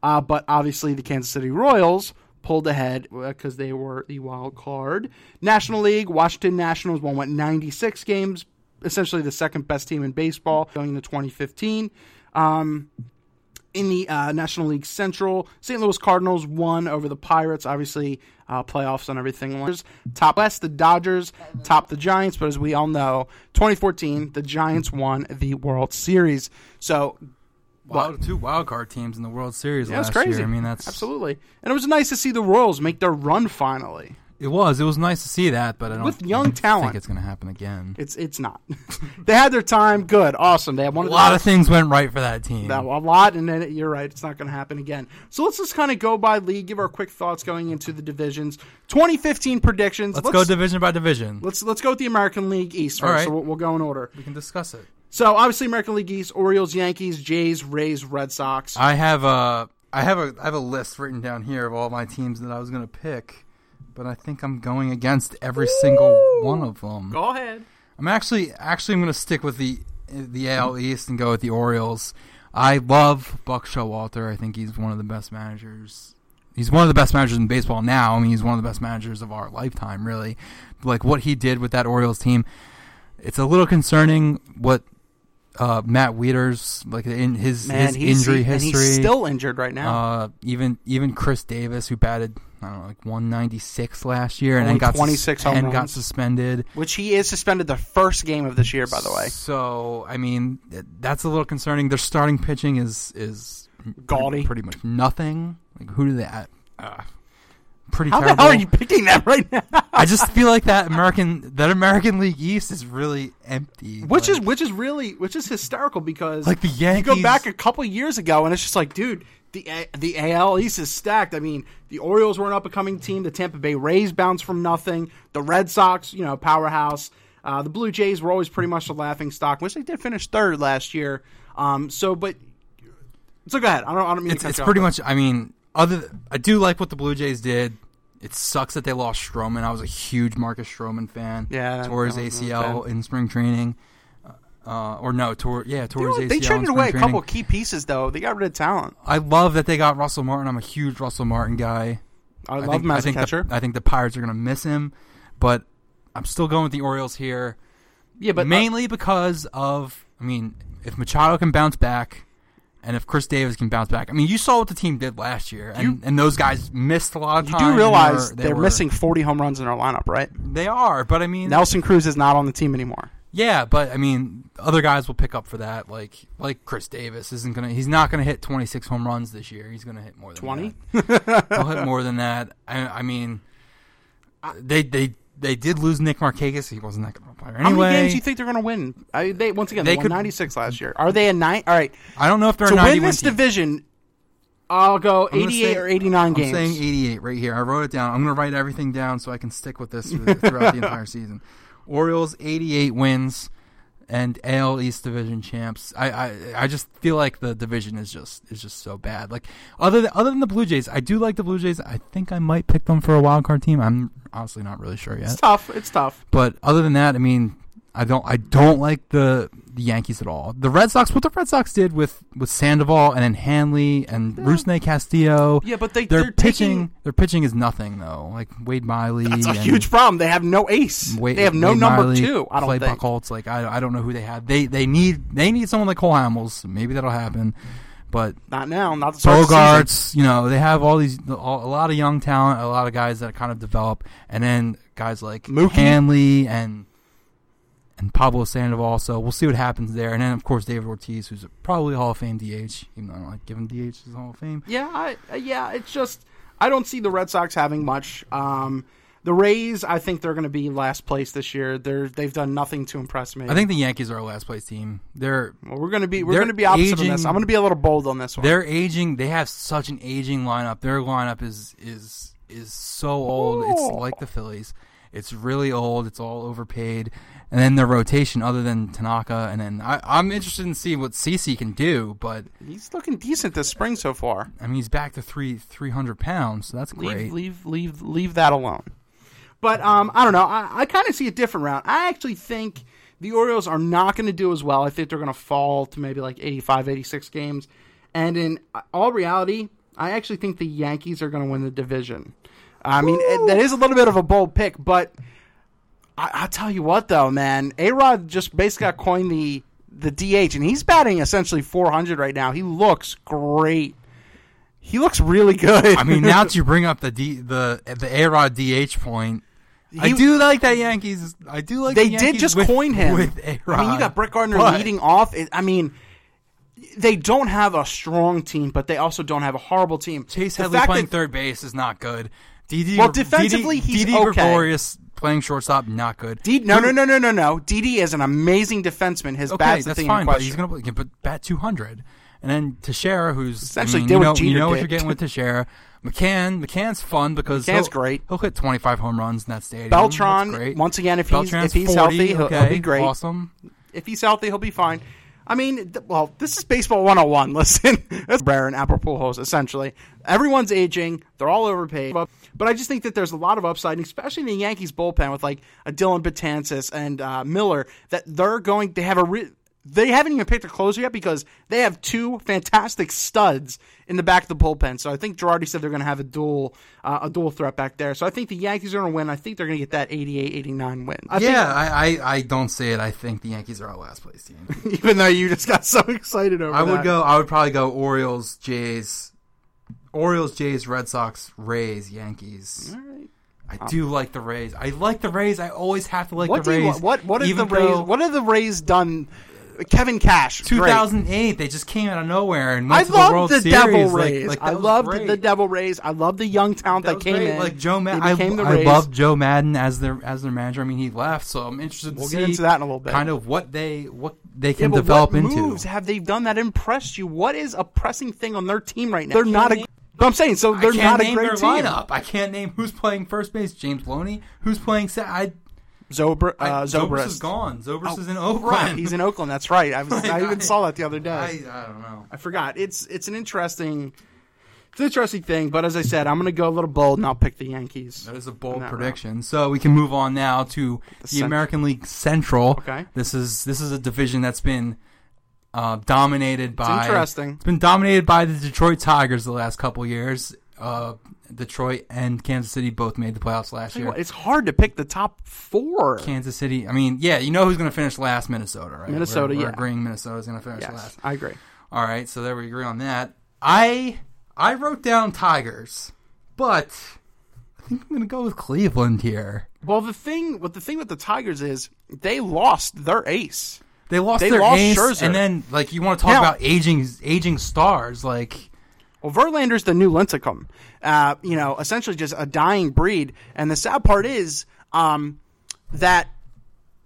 [SPEAKER 2] uh, but obviously the Kansas City Royals pulled ahead because they were the wild card. National League, Washington Nationals won with 96 games, essentially the second best team in baseball going into 2015 in the uh, National League Central. St. Louis Cardinals won over the Pirates, obviously uh, playoffs and everything. Top West, the Dodgers, top the Giants. But as we all know, 2014, the Giants won the World Series. So
[SPEAKER 3] Wild, two wild card teams in the World Series
[SPEAKER 2] yeah,
[SPEAKER 3] last
[SPEAKER 2] that's crazy.
[SPEAKER 3] year. I mean, that's
[SPEAKER 2] absolutely, and it was nice to see the Royals make their run finally
[SPEAKER 3] It was. It was nice to see that, but I don't
[SPEAKER 2] with young
[SPEAKER 3] think
[SPEAKER 2] talent.
[SPEAKER 3] it's going to happen again.
[SPEAKER 2] It's it's not. they had their time. Good, awesome. They had
[SPEAKER 3] A
[SPEAKER 2] one of the
[SPEAKER 3] lot
[SPEAKER 2] best-
[SPEAKER 3] of things went right for that team.
[SPEAKER 2] that a lot, and then you're right, it's not going to happen again. So let's just kind of go by league, give our quick thoughts going into the divisions. 2015 predictions.
[SPEAKER 3] Let's go division by division.
[SPEAKER 2] Let's let's go with the American League East.
[SPEAKER 3] All
[SPEAKER 2] first,
[SPEAKER 3] right.
[SPEAKER 2] So we'll, we'll go in order.
[SPEAKER 3] We can discuss it.
[SPEAKER 2] So obviously American League East: Orioles, Yankees, Jays, Rays, Red Sox.
[SPEAKER 3] I have a I have a I have a list written down here of all my teams that I was going to pick, but I think I'm going against every single one of them.
[SPEAKER 2] go ahead.
[SPEAKER 3] I'm actually actually I'm going to stick with the the AL East and go with the Orioles. I love Buck Showalter. I think he's one of the best managers. He's one of the best managers in baseball now. I mean, he's one of the best managers of our lifetime, really. Like what he did with that Orioles team, it's a little concerning what uh, Matt Wieters like in his
[SPEAKER 2] Man,
[SPEAKER 3] his
[SPEAKER 2] he's,
[SPEAKER 3] injury
[SPEAKER 2] and
[SPEAKER 3] history.
[SPEAKER 2] he's still injured right now.
[SPEAKER 3] uh, even even Chris Davis, who batted I don't know like 196 last year and
[SPEAKER 2] Only
[SPEAKER 3] then got
[SPEAKER 2] 26 home
[SPEAKER 3] and got
[SPEAKER 2] runs.
[SPEAKER 3] suspended.
[SPEAKER 2] which he is suspended the first game of this year, by the way.
[SPEAKER 3] So I mean, th- that's a little concerning. Their starting pitching is is
[SPEAKER 2] Gaudy.
[SPEAKER 3] pretty much nothing. Like who do they? I- Uh, pretty
[SPEAKER 2] How the
[SPEAKER 3] terrible.
[SPEAKER 2] hell are you picking that right now?
[SPEAKER 3] I just feel like that American that American League East is really empty.
[SPEAKER 2] which
[SPEAKER 3] like,
[SPEAKER 2] is which is really which is hysterical because
[SPEAKER 3] Like the
[SPEAKER 2] you go
[SPEAKER 3] Yankees-
[SPEAKER 2] back a couple years ago and it's just like dude the A- the AL East is stacked. I mean, the Orioles were an up and coming team. The Tampa Bay Rays bounced from nothing. The Red Sox, you know, powerhouse. Uh, the Blue Jays were always pretty much the laughing stock, which they did finish third last year. Um, so, but so go ahead. I don't. I don't mean
[SPEAKER 3] it's,
[SPEAKER 2] to cut
[SPEAKER 3] it's
[SPEAKER 2] you off,
[SPEAKER 3] pretty
[SPEAKER 2] but-
[SPEAKER 3] much. I mean, other th- I do like what the Blue Jays did. It sucks that they lost Stroman. I was a huge Marcus Stroman fan.
[SPEAKER 2] Yeah,
[SPEAKER 3] tore his
[SPEAKER 2] that was really
[SPEAKER 3] ACL in spring training, uh, or no, tore yeah tore his ACL.
[SPEAKER 2] You know what? They
[SPEAKER 3] in
[SPEAKER 2] traded
[SPEAKER 3] spring
[SPEAKER 2] away a
[SPEAKER 3] training.
[SPEAKER 2] couple of key pieces, though. They got rid of talent.
[SPEAKER 3] I love that they got Russell Martin. I'm a huge Russell Martin guy.
[SPEAKER 2] I, love
[SPEAKER 3] think,
[SPEAKER 2] him as
[SPEAKER 3] I think
[SPEAKER 2] a catcher.
[SPEAKER 3] The, I think the Pirates are going to miss him, but I'm still going with the Orioles here.
[SPEAKER 2] yeah, but uh,
[SPEAKER 3] mainly because of I mean, if Machado can bounce back and if Chris Davis can bounce back. I mean, you saw what the team did last year and,
[SPEAKER 2] You-
[SPEAKER 3] and those guys missed a lot of
[SPEAKER 2] You
[SPEAKER 3] time.
[SPEAKER 2] do
[SPEAKER 3] and
[SPEAKER 2] realize
[SPEAKER 3] were-
[SPEAKER 2] they're
[SPEAKER 3] were-
[SPEAKER 2] missing 40 home runs in their lineup, right?
[SPEAKER 3] They are, but I mean
[SPEAKER 2] Nelson Cruz is not on the team anymore.
[SPEAKER 3] Yeah, but I mean, other guys will pick up for that. Like like Chris Davis isn't gonna. He's not gonna hit twenty six home runs this year. He's gonna hit more than
[SPEAKER 2] 20?
[SPEAKER 3] that. He'll hit more than that. I, I mean, they they they did lose Nick Markakis. He wasn't that good of a player
[SPEAKER 2] How
[SPEAKER 3] anyway.
[SPEAKER 2] many games do you think they're going to win? I, they once again they,
[SPEAKER 3] They
[SPEAKER 2] won
[SPEAKER 3] could-
[SPEAKER 2] 96 last year. Are they a nine? All right,
[SPEAKER 3] I don't know if they're
[SPEAKER 2] to
[SPEAKER 3] a
[SPEAKER 2] win
[SPEAKER 3] 91
[SPEAKER 2] this
[SPEAKER 3] team.
[SPEAKER 2] division, I'll go
[SPEAKER 3] I'm gonna
[SPEAKER 2] 88
[SPEAKER 3] say-
[SPEAKER 2] or 89
[SPEAKER 3] I'm
[SPEAKER 2] games.
[SPEAKER 3] saying 88 right here. I wrote it down. I'm going to write everything down so I can stick with this through- throughout the entire season. Orioles 88 wins and AL East division champs. I, I I just feel like the division is just is just so bad. Like other than, other than the Blue Jays, I do like the Blue Jays. I think I might pick them for a wild card team. I'm honestly not really sure
[SPEAKER 2] it's
[SPEAKER 3] yet.
[SPEAKER 2] tough. It's tough.
[SPEAKER 3] But other than that, I mean, I don't I don't like the the Yankees at all. The Red Sox, what the Red Sox did with with Sandoval and then Hanley and yeah. Castillo.
[SPEAKER 2] Yeah, but they
[SPEAKER 3] Their
[SPEAKER 2] are
[SPEAKER 3] pitching,
[SPEAKER 2] pitching.
[SPEAKER 3] their pitching is nothing though. Like Wade Miley,
[SPEAKER 2] It's a
[SPEAKER 3] and
[SPEAKER 2] huge problem. They have no ace.
[SPEAKER 3] Wade,
[SPEAKER 2] they have no
[SPEAKER 3] uh, Wade
[SPEAKER 2] number
[SPEAKER 3] Miley,
[SPEAKER 2] two. I don't
[SPEAKER 3] Clay
[SPEAKER 2] think.
[SPEAKER 3] Buchholz. Like I, I don't know who they have. They they need they need someone like Cole Hamels. Maybe that'll happen. But
[SPEAKER 2] Not now. Not the start of the season.
[SPEAKER 3] Bogarts, you know, they have all these all, a lot of young talent, a lot of guys that kind of develop, and then guys like
[SPEAKER 2] Mookie.
[SPEAKER 3] Hanley and and Pablo Sandoval. So we'll see what happens there, and then of course David Ortiz, who's probably a Hall of Fame DH, even though I don't like giving DH his Hall of Fame.
[SPEAKER 2] Yeah, I, uh, yeah. It's just I don't see the Red Sox having much. Um, the Rays, I think they're going to be last place this year. They're they've done nothing to impress me.
[SPEAKER 3] I think the Yankees are our last place team. They're
[SPEAKER 2] well, we're going to be we're
[SPEAKER 3] they're
[SPEAKER 2] going to be opposite on this.
[SPEAKER 3] aging-
[SPEAKER 2] I'm going to be a little bold on this one.
[SPEAKER 3] they're aging. They have such an aging lineup. Their lineup is is is so old. It's
[SPEAKER 2] Oh.
[SPEAKER 3] like the Phillies. It's really old. It's all overpaid. And then their rotation, other than Tanaka, and then I, I'm interested in seeing what CC can do. But
[SPEAKER 2] He's looking decent this spring so far.
[SPEAKER 3] I mean, he's back to three three hundred pounds. So that's great.
[SPEAKER 2] Leave leave leave leave that alone. But um, I don't know. I, I kind of see a different route. I actually think the Orioles are not going to do as well. I think they're going to fall to maybe like 85, 86 games. And in all reality, I actually think the Yankees are going to win the division. I mean, it, that is a little bit of a bold pick, but I, I'll tell you what, though, man. A Rod just basically got coined the, the DH, and he's batting essentially 400 right now. He looks great. He looks really good.
[SPEAKER 3] I mean, now that you bring up the D, the the Arod DH point, I
[SPEAKER 2] He-
[SPEAKER 3] do like that Yankees. I do like
[SPEAKER 2] they
[SPEAKER 3] the
[SPEAKER 2] did
[SPEAKER 3] Yankees
[SPEAKER 2] just
[SPEAKER 3] with-
[SPEAKER 2] coin him.
[SPEAKER 3] with
[SPEAKER 2] I mean,
[SPEAKER 3] A-Rod,
[SPEAKER 2] you got Brett Gardner
[SPEAKER 3] but-
[SPEAKER 2] leading off. It, I mean, they don't have a strong team, but they also don't have a horrible team.
[SPEAKER 3] Chase
[SPEAKER 2] The
[SPEAKER 3] Headley
[SPEAKER 2] fact
[SPEAKER 3] playing
[SPEAKER 2] that-
[SPEAKER 3] third base is not good. DD
[SPEAKER 2] Well, defensively,
[SPEAKER 3] DD,
[SPEAKER 2] he's
[SPEAKER 3] DD
[SPEAKER 2] okay.
[SPEAKER 3] Gregorius playing shortstop, not good.
[SPEAKER 2] D- no, no, no, no, no, no. DD is an amazing defenseman. His
[SPEAKER 3] okay,
[SPEAKER 2] bat's the
[SPEAKER 3] that's
[SPEAKER 2] thing
[SPEAKER 3] fine,
[SPEAKER 2] in
[SPEAKER 3] but
[SPEAKER 2] question.
[SPEAKER 3] he's gonna he can put bat two hundred, and then Teixeira, who's I
[SPEAKER 2] Essentially
[SPEAKER 3] mean,
[SPEAKER 2] did
[SPEAKER 3] you
[SPEAKER 2] what
[SPEAKER 3] know, you
[SPEAKER 2] Jeter
[SPEAKER 3] know what
[SPEAKER 2] did.
[SPEAKER 3] you're getting with Teixeira. McCann, McCann's fun because
[SPEAKER 2] McCann's
[SPEAKER 3] he'll-
[SPEAKER 2] great.
[SPEAKER 3] He'll hit twenty five home runs in that stadium.
[SPEAKER 2] Beltran,
[SPEAKER 3] That's great.
[SPEAKER 2] once again, if he's-
[SPEAKER 3] Beltran's
[SPEAKER 2] if
[SPEAKER 3] 40,
[SPEAKER 2] he's healthy, he'll-
[SPEAKER 3] okay,
[SPEAKER 2] he'll be great.
[SPEAKER 3] Awesome.
[SPEAKER 2] if he's healthy, he'll be fine. I mean, th- well, this is baseball 101. Listen, that's Brera and Apropos essentially. Everyone's aging. They're all overpaid. But but I just think that there's a lot of upside, and especially in the Yankees bullpen with like a Dylan Batansis and uh, Miller, that they're going to have a. Re- they haven't even picked a closer yet because they have two fantastic studs in the back of the bullpen. So I think Girardi said they're going to have a dual uh, a dual threat back there. So I think the Yankees are going to win. I think they're going to get that 88 89 win. I think-
[SPEAKER 3] yeah, I, I, I don't say it. I think the Yankees are our last place team.
[SPEAKER 2] even though you just got so excited over
[SPEAKER 3] I
[SPEAKER 2] that.
[SPEAKER 3] would go. I would probably go Orioles, Jays, Orioles, Jays, Red Sox, Rays, Yankees. I do like the Rays. I like the Rays. I always have to like
[SPEAKER 2] What
[SPEAKER 3] the
[SPEAKER 2] do you,
[SPEAKER 3] Rays.
[SPEAKER 2] what what have the
[SPEAKER 3] even
[SPEAKER 2] Rays
[SPEAKER 3] though-
[SPEAKER 2] what have the Rays done Kevin Cash. great.
[SPEAKER 3] 2008, they just came out of nowhere and went
[SPEAKER 2] I
[SPEAKER 3] to the World
[SPEAKER 2] loved the,
[SPEAKER 3] Series.
[SPEAKER 2] Devil
[SPEAKER 3] Like-
[SPEAKER 2] Rays.
[SPEAKER 3] like, that
[SPEAKER 2] I
[SPEAKER 3] was
[SPEAKER 2] loved
[SPEAKER 3] great.
[SPEAKER 2] the Devil Rays. I loved the young talent that,
[SPEAKER 3] was
[SPEAKER 2] came
[SPEAKER 3] great.
[SPEAKER 2] in.
[SPEAKER 3] Like Joe Madden,
[SPEAKER 2] They
[SPEAKER 3] I,
[SPEAKER 2] became the
[SPEAKER 3] I
[SPEAKER 2] Rays.
[SPEAKER 3] love Joe Madden as their as their manager. I mean, he left, so I'm interested to
[SPEAKER 2] We'll
[SPEAKER 3] see
[SPEAKER 2] get into that in a little bit.
[SPEAKER 3] kind of what they what they
[SPEAKER 2] Yeah,
[SPEAKER 3] can
[SPEAKER 2] but
[SPEAKER 3] develop
[SPEAKER 2] what
[SPEAKER 3] into.
[SPEAKER 2] moves have they done that impressed you? What is a pressing thing on their team right now? They're not a. But I'm saying so.
[SPEAKER 3] I
[SPEAKER 2] They're
[SPEAKER 3] can't
[SPEAKER 2] not a
[SPEAKER 3] name
[SPEAKER 2] great
[SPEAKER 3] their
[SPEAKER 2] team.
[SPEAKER 3] lineup. I can't name who's playing first base. James Loney, who's playing. Sa- I,
[SPEAKER 2] Zobra,
[SPEAKER 3] I,
[SPEAKER 2] uh,
[SPEAKER 3] Zobrist is
[SPEAKER 2] Zobrist.
[SPEAKER 3] gone. Zobrist is in
[SPEAKER 2] Crap,
[SPEAKER 3] Oakland.
[SPEAKER 2] he's in Oakland. That's right. I, was, I even
[SPEAKER 3] I-
[SPEAKER 2] saw that the other day.
[SPEAKER 3] I, I don't know.
[SPEAKER 2] I forgot. It's it's an interesting, it's an interesting thing. But as I said, I'm going to go a little bold and I'll pick the Yankees.
[SPEAKER 3] That is a bold
[SPEAKER 2] that
[SPEAKER 3] prediction. So we can move on now to the,
[SPEAKER 2] Cent-
[SPEAKER 3] American League Central.
[SPEAKER 2] Okay.
[SPEAKER 3] This is this is a division that's been uh, dominated by
[SPEAKER 2] interesting.
[SPEAKER 3] It's been dominated by the Detroit Tigers the last couple years. Uh, Detroit and Kansas City both made the playoffs last year.
[SPEAKER 2] It's hard to pick the top four.
[SPEAKER 3] Kansas City. I mean, yeah, you know who's going to finish last? Minnesota, right?
[SPEAKER 2] Minnesota,
[SPEAKER 3] We're, we're
[SPEAKER 2] yeah.
[SPEAKER 3] agreeing Minnesota's going to finish
[SPEAKER 2] Yes,
[SPEAKER 3] last.
[SPEAKER 2] I agree.
[SPEAKER 3] All right, so there we agree on that. I I wrote down Tigers, but I think I'm going to go with Cleveland here.
[SPEAKER 2] Well, the thing, what the thing with the Tigers is they lost their ace.
[SPEAKER 3] They lost
[SPEAKER 2] They
[SPEAKER 3] their
[SPEAKER 2] lost
[SPEAKER 3] ace,
[SPEAKER 2] Scherzer.
[SPEAKER 3] and then like you want to talk
[SPEAKER 2] Now-
[SPEAKER 3] about aging aging stars. Like
[SPEAKER 2] Well, Verlander's the new Lincecum. Uh, you know, essentially just a dying breed. And the sad part is um, that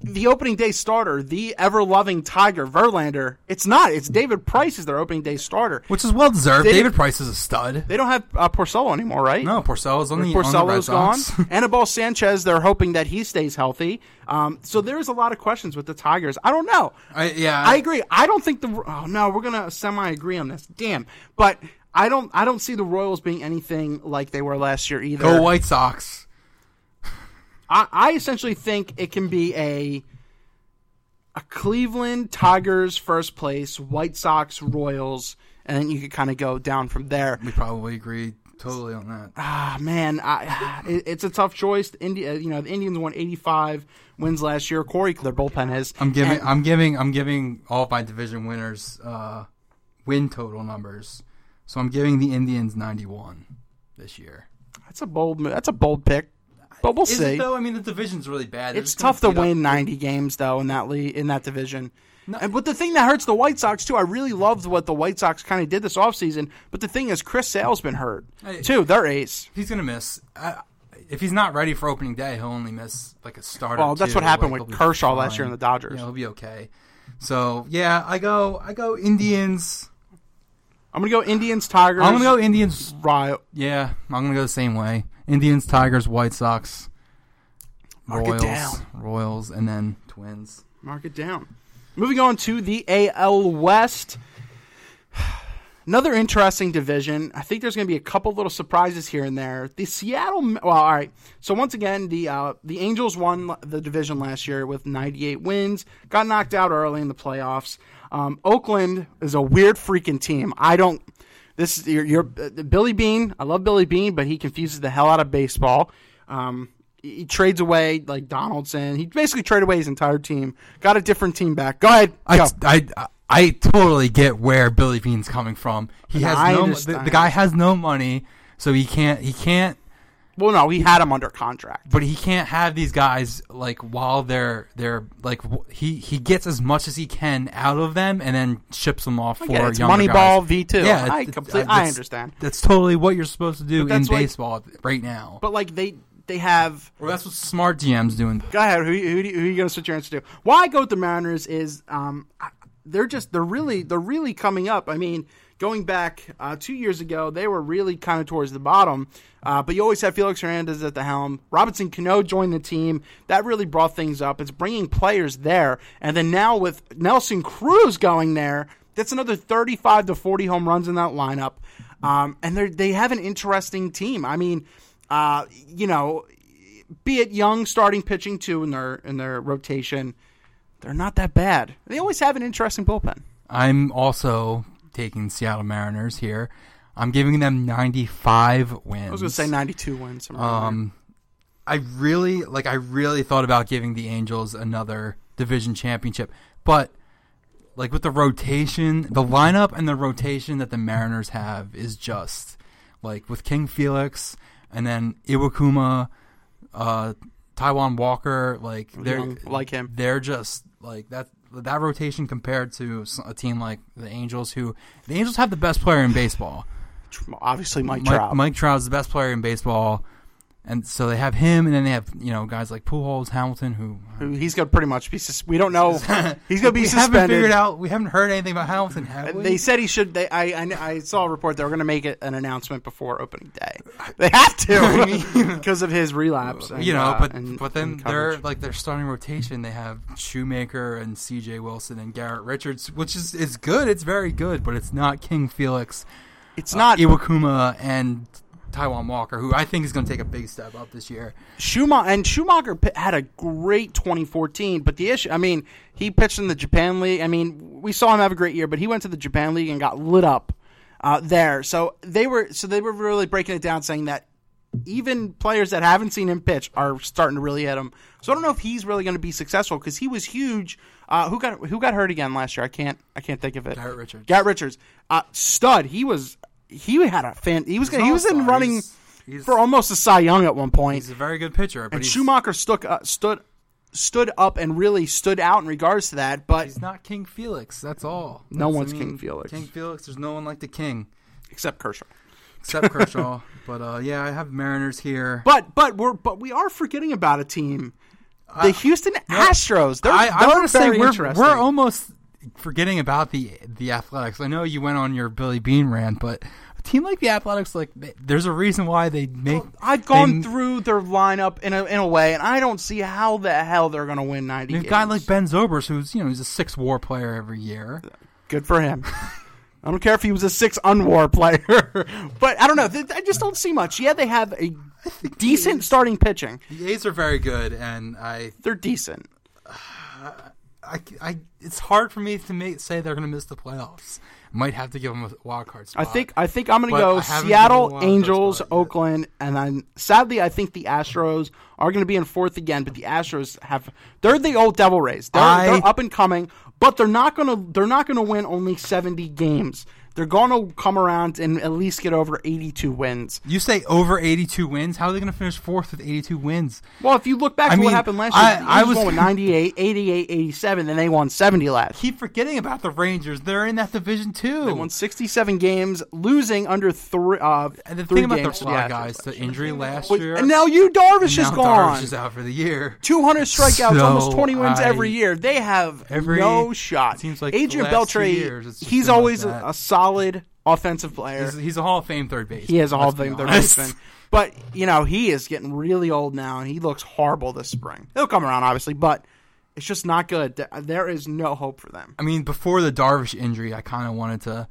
[SPEAKER 2] the opening day starter, the ever loving Tiger Verlander, it's not. It's David Price is their opening day starter.
[SPEAKER 3] which is well deserved.
[SPEAKER 2] They-
[SPEAKER 3] David Price is a stud.
[SPEAKER 2] They don't have uh, Porcello anymore, right?
[SPEAKER 3] no, Porcello's on the on the Red
[SPEAKER 2] Porcello's gone.
[SPEAKER 3] Sox.
[SPEAKER 2] Anibal Sanchez, they're hoping that he stays healthy. Um, so there is a lot of questions with the Tigers. I don't know.
[SPEAKER 3] I, yeah,
[SPEAKER 2] I agree. I don't think the oh no, we're gonna semi agree on this. Damn, but I don't I don't see the Royals being anything like they were last year either.
[SPEAKER 3] go White Sox.
[SPEAKER 2] I, I essentially think it can be a a Cleveland Tigers first place, White Sox Royals, and then you could kind of go down from there.
[SPEAKER 3] We probably agree totally on that.
[SPEAKER 2] Ah man, I, it, it's a tough choice. The Indi- uh, you know the Indians won eighty five wins last year. Corey, their bullpen is.
[SPEAKER 3] I'm giving
[SPEAKER 2] and-
[SPEAKER 3] I'm giving I'm giving all of my division winners uh, win total numbers. So I'm giving the Indians 91 this year.
[SPEAKER 2] that's a bold mo- that's a bold pick, but we'll
[SPEAKER 3] Is
[SPEAKER 2] see.
[SPEAKER 3] it though? I mean, the division's really bad. They're
[SPEAKER 2] It's
[SPEAKER 3] just gonna
[SPEAKER 2] tough to
[SPEAKER 3] beat up-
[SPEAKER 2] win 90 games though in that league, in that division. And but the thing that hurts the White Sox too, I really loved what the White Sox kind of did this offseason, but the thing is Chris Sale's been hurt.
[SPEAKER 3] I-
[SPEAKER 2] too, their ace.
[SPEAKER 3] He's gonna miss. I, if he's not ready for opening day, he'll only miss like a start.
[SPEAKER 2] Well,
[SPEAKER 3] or
[SPEAKER 2] that's
[SPEAKER 3] two.
[SPEAKER 2] what happened
[SPEAKER 3] Like,
[SPEAKER 2] with
[SPEAKER 3] he'll be
[SPEAKER 2] Kershaw last
[SPEAKER 3] fine.
[SPEAKER 2] year in the Dodgers.
[SPEAKER 3] Yeah, he'll be okay. So yeah, I go. I go Indians.
[SPEAKER 2] I'm going to go Indians Tigers.
[SPEAKER 3] I'm gonna go Indians.
[SPEAKER 2] Rio-
[SPEAKER 3] Yeah, I'm gonna go the same way. Indians, Tigers, White Sox,
[SPEAKER 2] Mark it
[SPEAKER 3] Royals,
[SPEAKER 2] down.
[SPEAKER 3] Royals, and then Twins.
[SPEAKER 2] Mark it down. Moving on to the AL West. Another interesting division. I think there's going to be a couple little surprises here and there. The Seattle. Well, all right. So once again, the uh, the Angels won l- the division last year with 98 wins. Got knocked out early in the playoffs. Um, Oakland is a weird freaking team. I don't. This is your, your uh, Billy Bean. I love Billy Bean, but he confuses the hell out of baseball. Um, he he trades away like Donaldson. He basically traded away his entire team. Got a different team back. Go ahead.
[SPEAKER 3] I,
[SPEAKER 2] go.
[SPEAKER 3] I, I, I totally get where Billy Bean's coming from. He
[SPEAKER 2] No,
[SPEAKER 3] has
[SPEAKER 2] I
[SPEAKER 3] no. The,
[SPEAKER 2] understand.
[SPEAKER 3] the guy has no money, so he can't. He can't.
[SPEAKER 2] Well, no, he had him under contract.
[SPEAKER 3] but he can't have these guys like while they're they're like w- he he gets as much as he can out of them and then ships them off for
[SPEAKER 2] get it. It's
[SPEAKER 3] younger
[SPEAKER 2] Moneyball
[SPEAKER 3] guys.
[SPEAKER 2] V2.
[SPEAKER 3] Yeah,
[SPEAKER 2] I
[SPEAKER 3] it- it-
[SPEAKER 2] complete-
[SPEAKER 3] uh,
[SPEAKER 2] I
[SPEAKER 3] that's-
[SPEAKER 2] understand.
[SPEAKER 3] That's totally what you're supposed to do in
[SPEAKER 2] that's why-
[SPEAKER 3] baseball right now.
[SPEAKER 2] But like they they have
[SPEAKER 3] or that's what smart GMs doing.
[SPEAKER 2] Go ahead. Who, who, do you- who are you going to switch your answer to? Why I go with the Mariners is um, I- they're just they're really they're really coming up. I mean, going back uh, two years ago, they were really kind of towards the bottom. Uh, but you always had Felix Hernandez at the helm. Robinson Cano joined the team. That really brought things up. It's bringing players there, and then now with Nelson Cruz going there, that's another thirty-five to forty home runs in that lineup. Um, and they they have an interesting team. I mean, uh, you know, be it young starting pitching too in their in their rotation, they're not that bad. They always have an interesting bullpen.
[SPEAKER 3] I'm also taking Seattle Mariners here. I'm giving them 95 wins.
[SPEAKER 2] I was gonna say ninety two wins. somewhere around there.
[SPEAKER 3] Um, I really like. I really thought about giving the Angels another division championship, but like with the rotation, the lineup and the rotation that the Mariners have is just like with King Felix and then Iwakuma, uh, Taiwan Walker. Like they're
[SPEAKER 2] Young, like him.
[SPEAKER 3] They're just like that. that rotation compared to s- a team like the Angels, who the Angels have the best player in baseball.
[SPEAKER 2] Tr- Obviously, Mike,
[SPEAKER 3] Mike,
[SPEAKER 2] Trout.
[SPEAKER 3] Mike Trout's the best player in baseball, and so they have him, and then they have you know guys like Pujols, Hamilton, who
[SPEAKER 2] who he's going to pretty much be. Sus- we don't know. He's going to be
[SPEAKER 3] we
[SPEAKER 2] suspended.
[SPEAKER 3] haven't figured out. We haven't heard anything about Hamilton, have we?
[SPEAKER 2] They said he should. They, I, I I saw a report they were going to make it an announcement before opening day. They have to because of his relapse. And,
[SPEAKER 3] you know,
[SPEAKER 2] uh,
[SPEAKER 3] but
[SPEAKER 2] and-
[SPEAKER 3] but then
[SPEAKER 2] and
[SPEAKER 3] they're
[SPEAKER 2] coverage.
[SPEAKER 3] like their starting rotation. They have Shoemaker and C.J. Wilson and Garrett Richards, which is is good. It's very good, but it's not King Felix,
[SPEAKER 2] it's not
[SPEAKER 3] Iwakuma, and Taiwan Walker, who I think is going to take a big step up this year.
[SPEAKER 2] Schumacher and Schumacher p- had a great 2014, but the issue, I mean, he pitched in the Japan League. I mean, we saw him have a great year, but he went to the Japan League and got lit up uh, there. So they were, so they were really breaking it down, saying that even players that haven't seen him pitch are starting to really hit him. So I don't know if he's really going to be successful because he was huge. Uh, who got who got hurt again last year? I can't I can't think of it.
[SPEAKER 3] Garrett Richards.
[SPEAKER 2] Garrett Richards, uh, stud. He was he had a fan. He was gonna, he was in
[SPEAKER 3] all-star.
[SPEAKER 2] running.
[SPEAKER 3] He's- he's-
[SPEAKER 2] for almost a Cy Young at one point.
[SPEAKER 3] He's a very good pitcher, but
[SPEAKER 2] And
[SPEAKER 3] he's,
[SPEAKER 2] Schumacher stuck, uh, stood stood up and really stood out in regards to that. But
[SPEAKER 3] he's not King Felix. That's all.
[SPEAKER 2] No
[SPEAKER 3] That's-
[SPEAKER 2] one's King Felix.
[SPEAKER 3] King Felix. There's no one like the King
[SPEAKER 2] except Kershaw.
[SPEAKER 3] except Kershaw. but uh, yeah, I have Mariners here.
[SPEAKER 2] But but we're but we are forgetting about a team, the Houston Astros. They're,
[SPEAKER 3] Uh, I, I
[SPEAKER 2] they're
[SPEAKER 3] want to say
[SPEAKER 2] very
[SPEAKER 3] we're,
[SPEAKER 2] interesting.
[SPEAKER 3] we're almost forgetting about the the Athletics. I know you went on your Billy Bean rant, but a team like the Athletics, like they- there's a reason why they make.
[SPEAKER 2] I've gone
[SPEAKER 3] they-
[SPEAKER 2] through their lineup in a in a way, and I don't see how the hell they're going to win ninety.
[SPEAKER 3] They've
[SPEAKER 2] games.
[SPEAKER 3] got like Ben Zobers, who's you know he's a six WAR player every year.
[SPEAKER 2] good for him. I don't care if he was a six unwar player, but I don't know. Th- I just don't see much. Yeah, they have a decent starting pitching.
[SPEAKER 3] The A's are very good, and I,
[SPEAKER 2] They're decent.
[SPEAKER 3] I, I it's hard for me to make, say they're going to miss the playoffs. Might have to give them a wild card
[SPEAKER 2] I
[SPEAKER 3] spot.
[SPEAKER 2] think I think I'm going
[SPEAKER 3] But
[SPEAKER 2] to
[SPEAKER 3] I
[SPEAKER 2] go
[SPEAKER 3] haven't given
[SPEAKER 2] Seattle,
[SPEAKER 3] a wild
[SPEAKER 2] Angels,
[SPEAKER 3] card spot yet.
[SPEAKER 2] Oakland, and then sadly I think the Astros are going to be in fourth again. But the Astros have they're the old Devil Rays. They're,
[SPEAKER 3] I-
[SPEAKER 2] they're up and coming, but they're not going to they're not going to win only 70 games. They're going to come around and at least get over 82 wins.
[SPEAKER 3] you say over 82 wins. How are they going to finish fourth with 82 wins?
[SPEAKER 2] Well, if you look back
[SPEAKER 3] I
[SPEAKER 2] to what
[SPEAKER 3] mean,
[SPEAKER 2] happened last
[SPEAKER 3] I-
[SPEAKER 2] year, the
[SPEAKER 3] I
[SPEAKER 2] Angels
[SPEAKER 3] was-
[SPEAKER 2] won with 98, 88, 87, then they won 70 last.
[SPEAKER 3] Keep forgetting about the Rangers. They're in that division too.
[SPEAKER 2] They won 67 games, losing under three. Uh,
[SPEAKER 3] And the
[SPEAKER 2] three
[SPEAKER 3] thing about the
[SPEAKER 2] games to
[SPEAKER 3] fly
[SPEAKER 2] Astros
[SPEAKER 3] guys,
[SPEAKER 2] last
[SPEAKER 3] the
[SPEAKER 2] year.
[SPEAKER 3] injury last
[SPEAKER 2] Wait,
[SPEAKER 3] year,
[SPEAKER 2] and now you Darvish is
[SPEAKER 3] now
[SPEAKER 2] gone.
[SPEAKER 3] Darvish is out for the year.
[SPEAKER 2] 200 strikeouts,
[SPEAKER 3] So,
[SPEAKER 2] almost 20 wins
[SPEAKER 3] I-
[SPEAKER 2] every year. They have
[SPEAKER 3] Every-
[SPEAKER 2] no shot.
[SPEAKER 3] seems like
[SPEAKER 2] Adrian
[SPEAKER 3] the last two
[SPEAKER 2] Beltre,
[SPEAKER 3] years, it's just
[SPEAKER 2] he's
[SPEAKER 3] been like
[SPEAKER 2] always
[SPEAKER 3] that.
[SPEAKER 2] a, a solid offensive player.
[SPEAKER 3] He's, he's a Hall of Fame third baseman.
[SPEAKER 2] he has a Hall of
[SPEAKER 3] let's
[SPEAKER 2] Fame
[SPEAKER 3] be
[SPEAKER 2] third
[SPEAKER 3] honest.
[SPEAKER 2] baseman. But, you know, he is getting really old now, and he looks horrible this spring. He'll come around, obviously, but it's just not good. Th- There is no hope for them.
[SPEAKER 3] I mean, before the Darvish injury, I kind of wanted to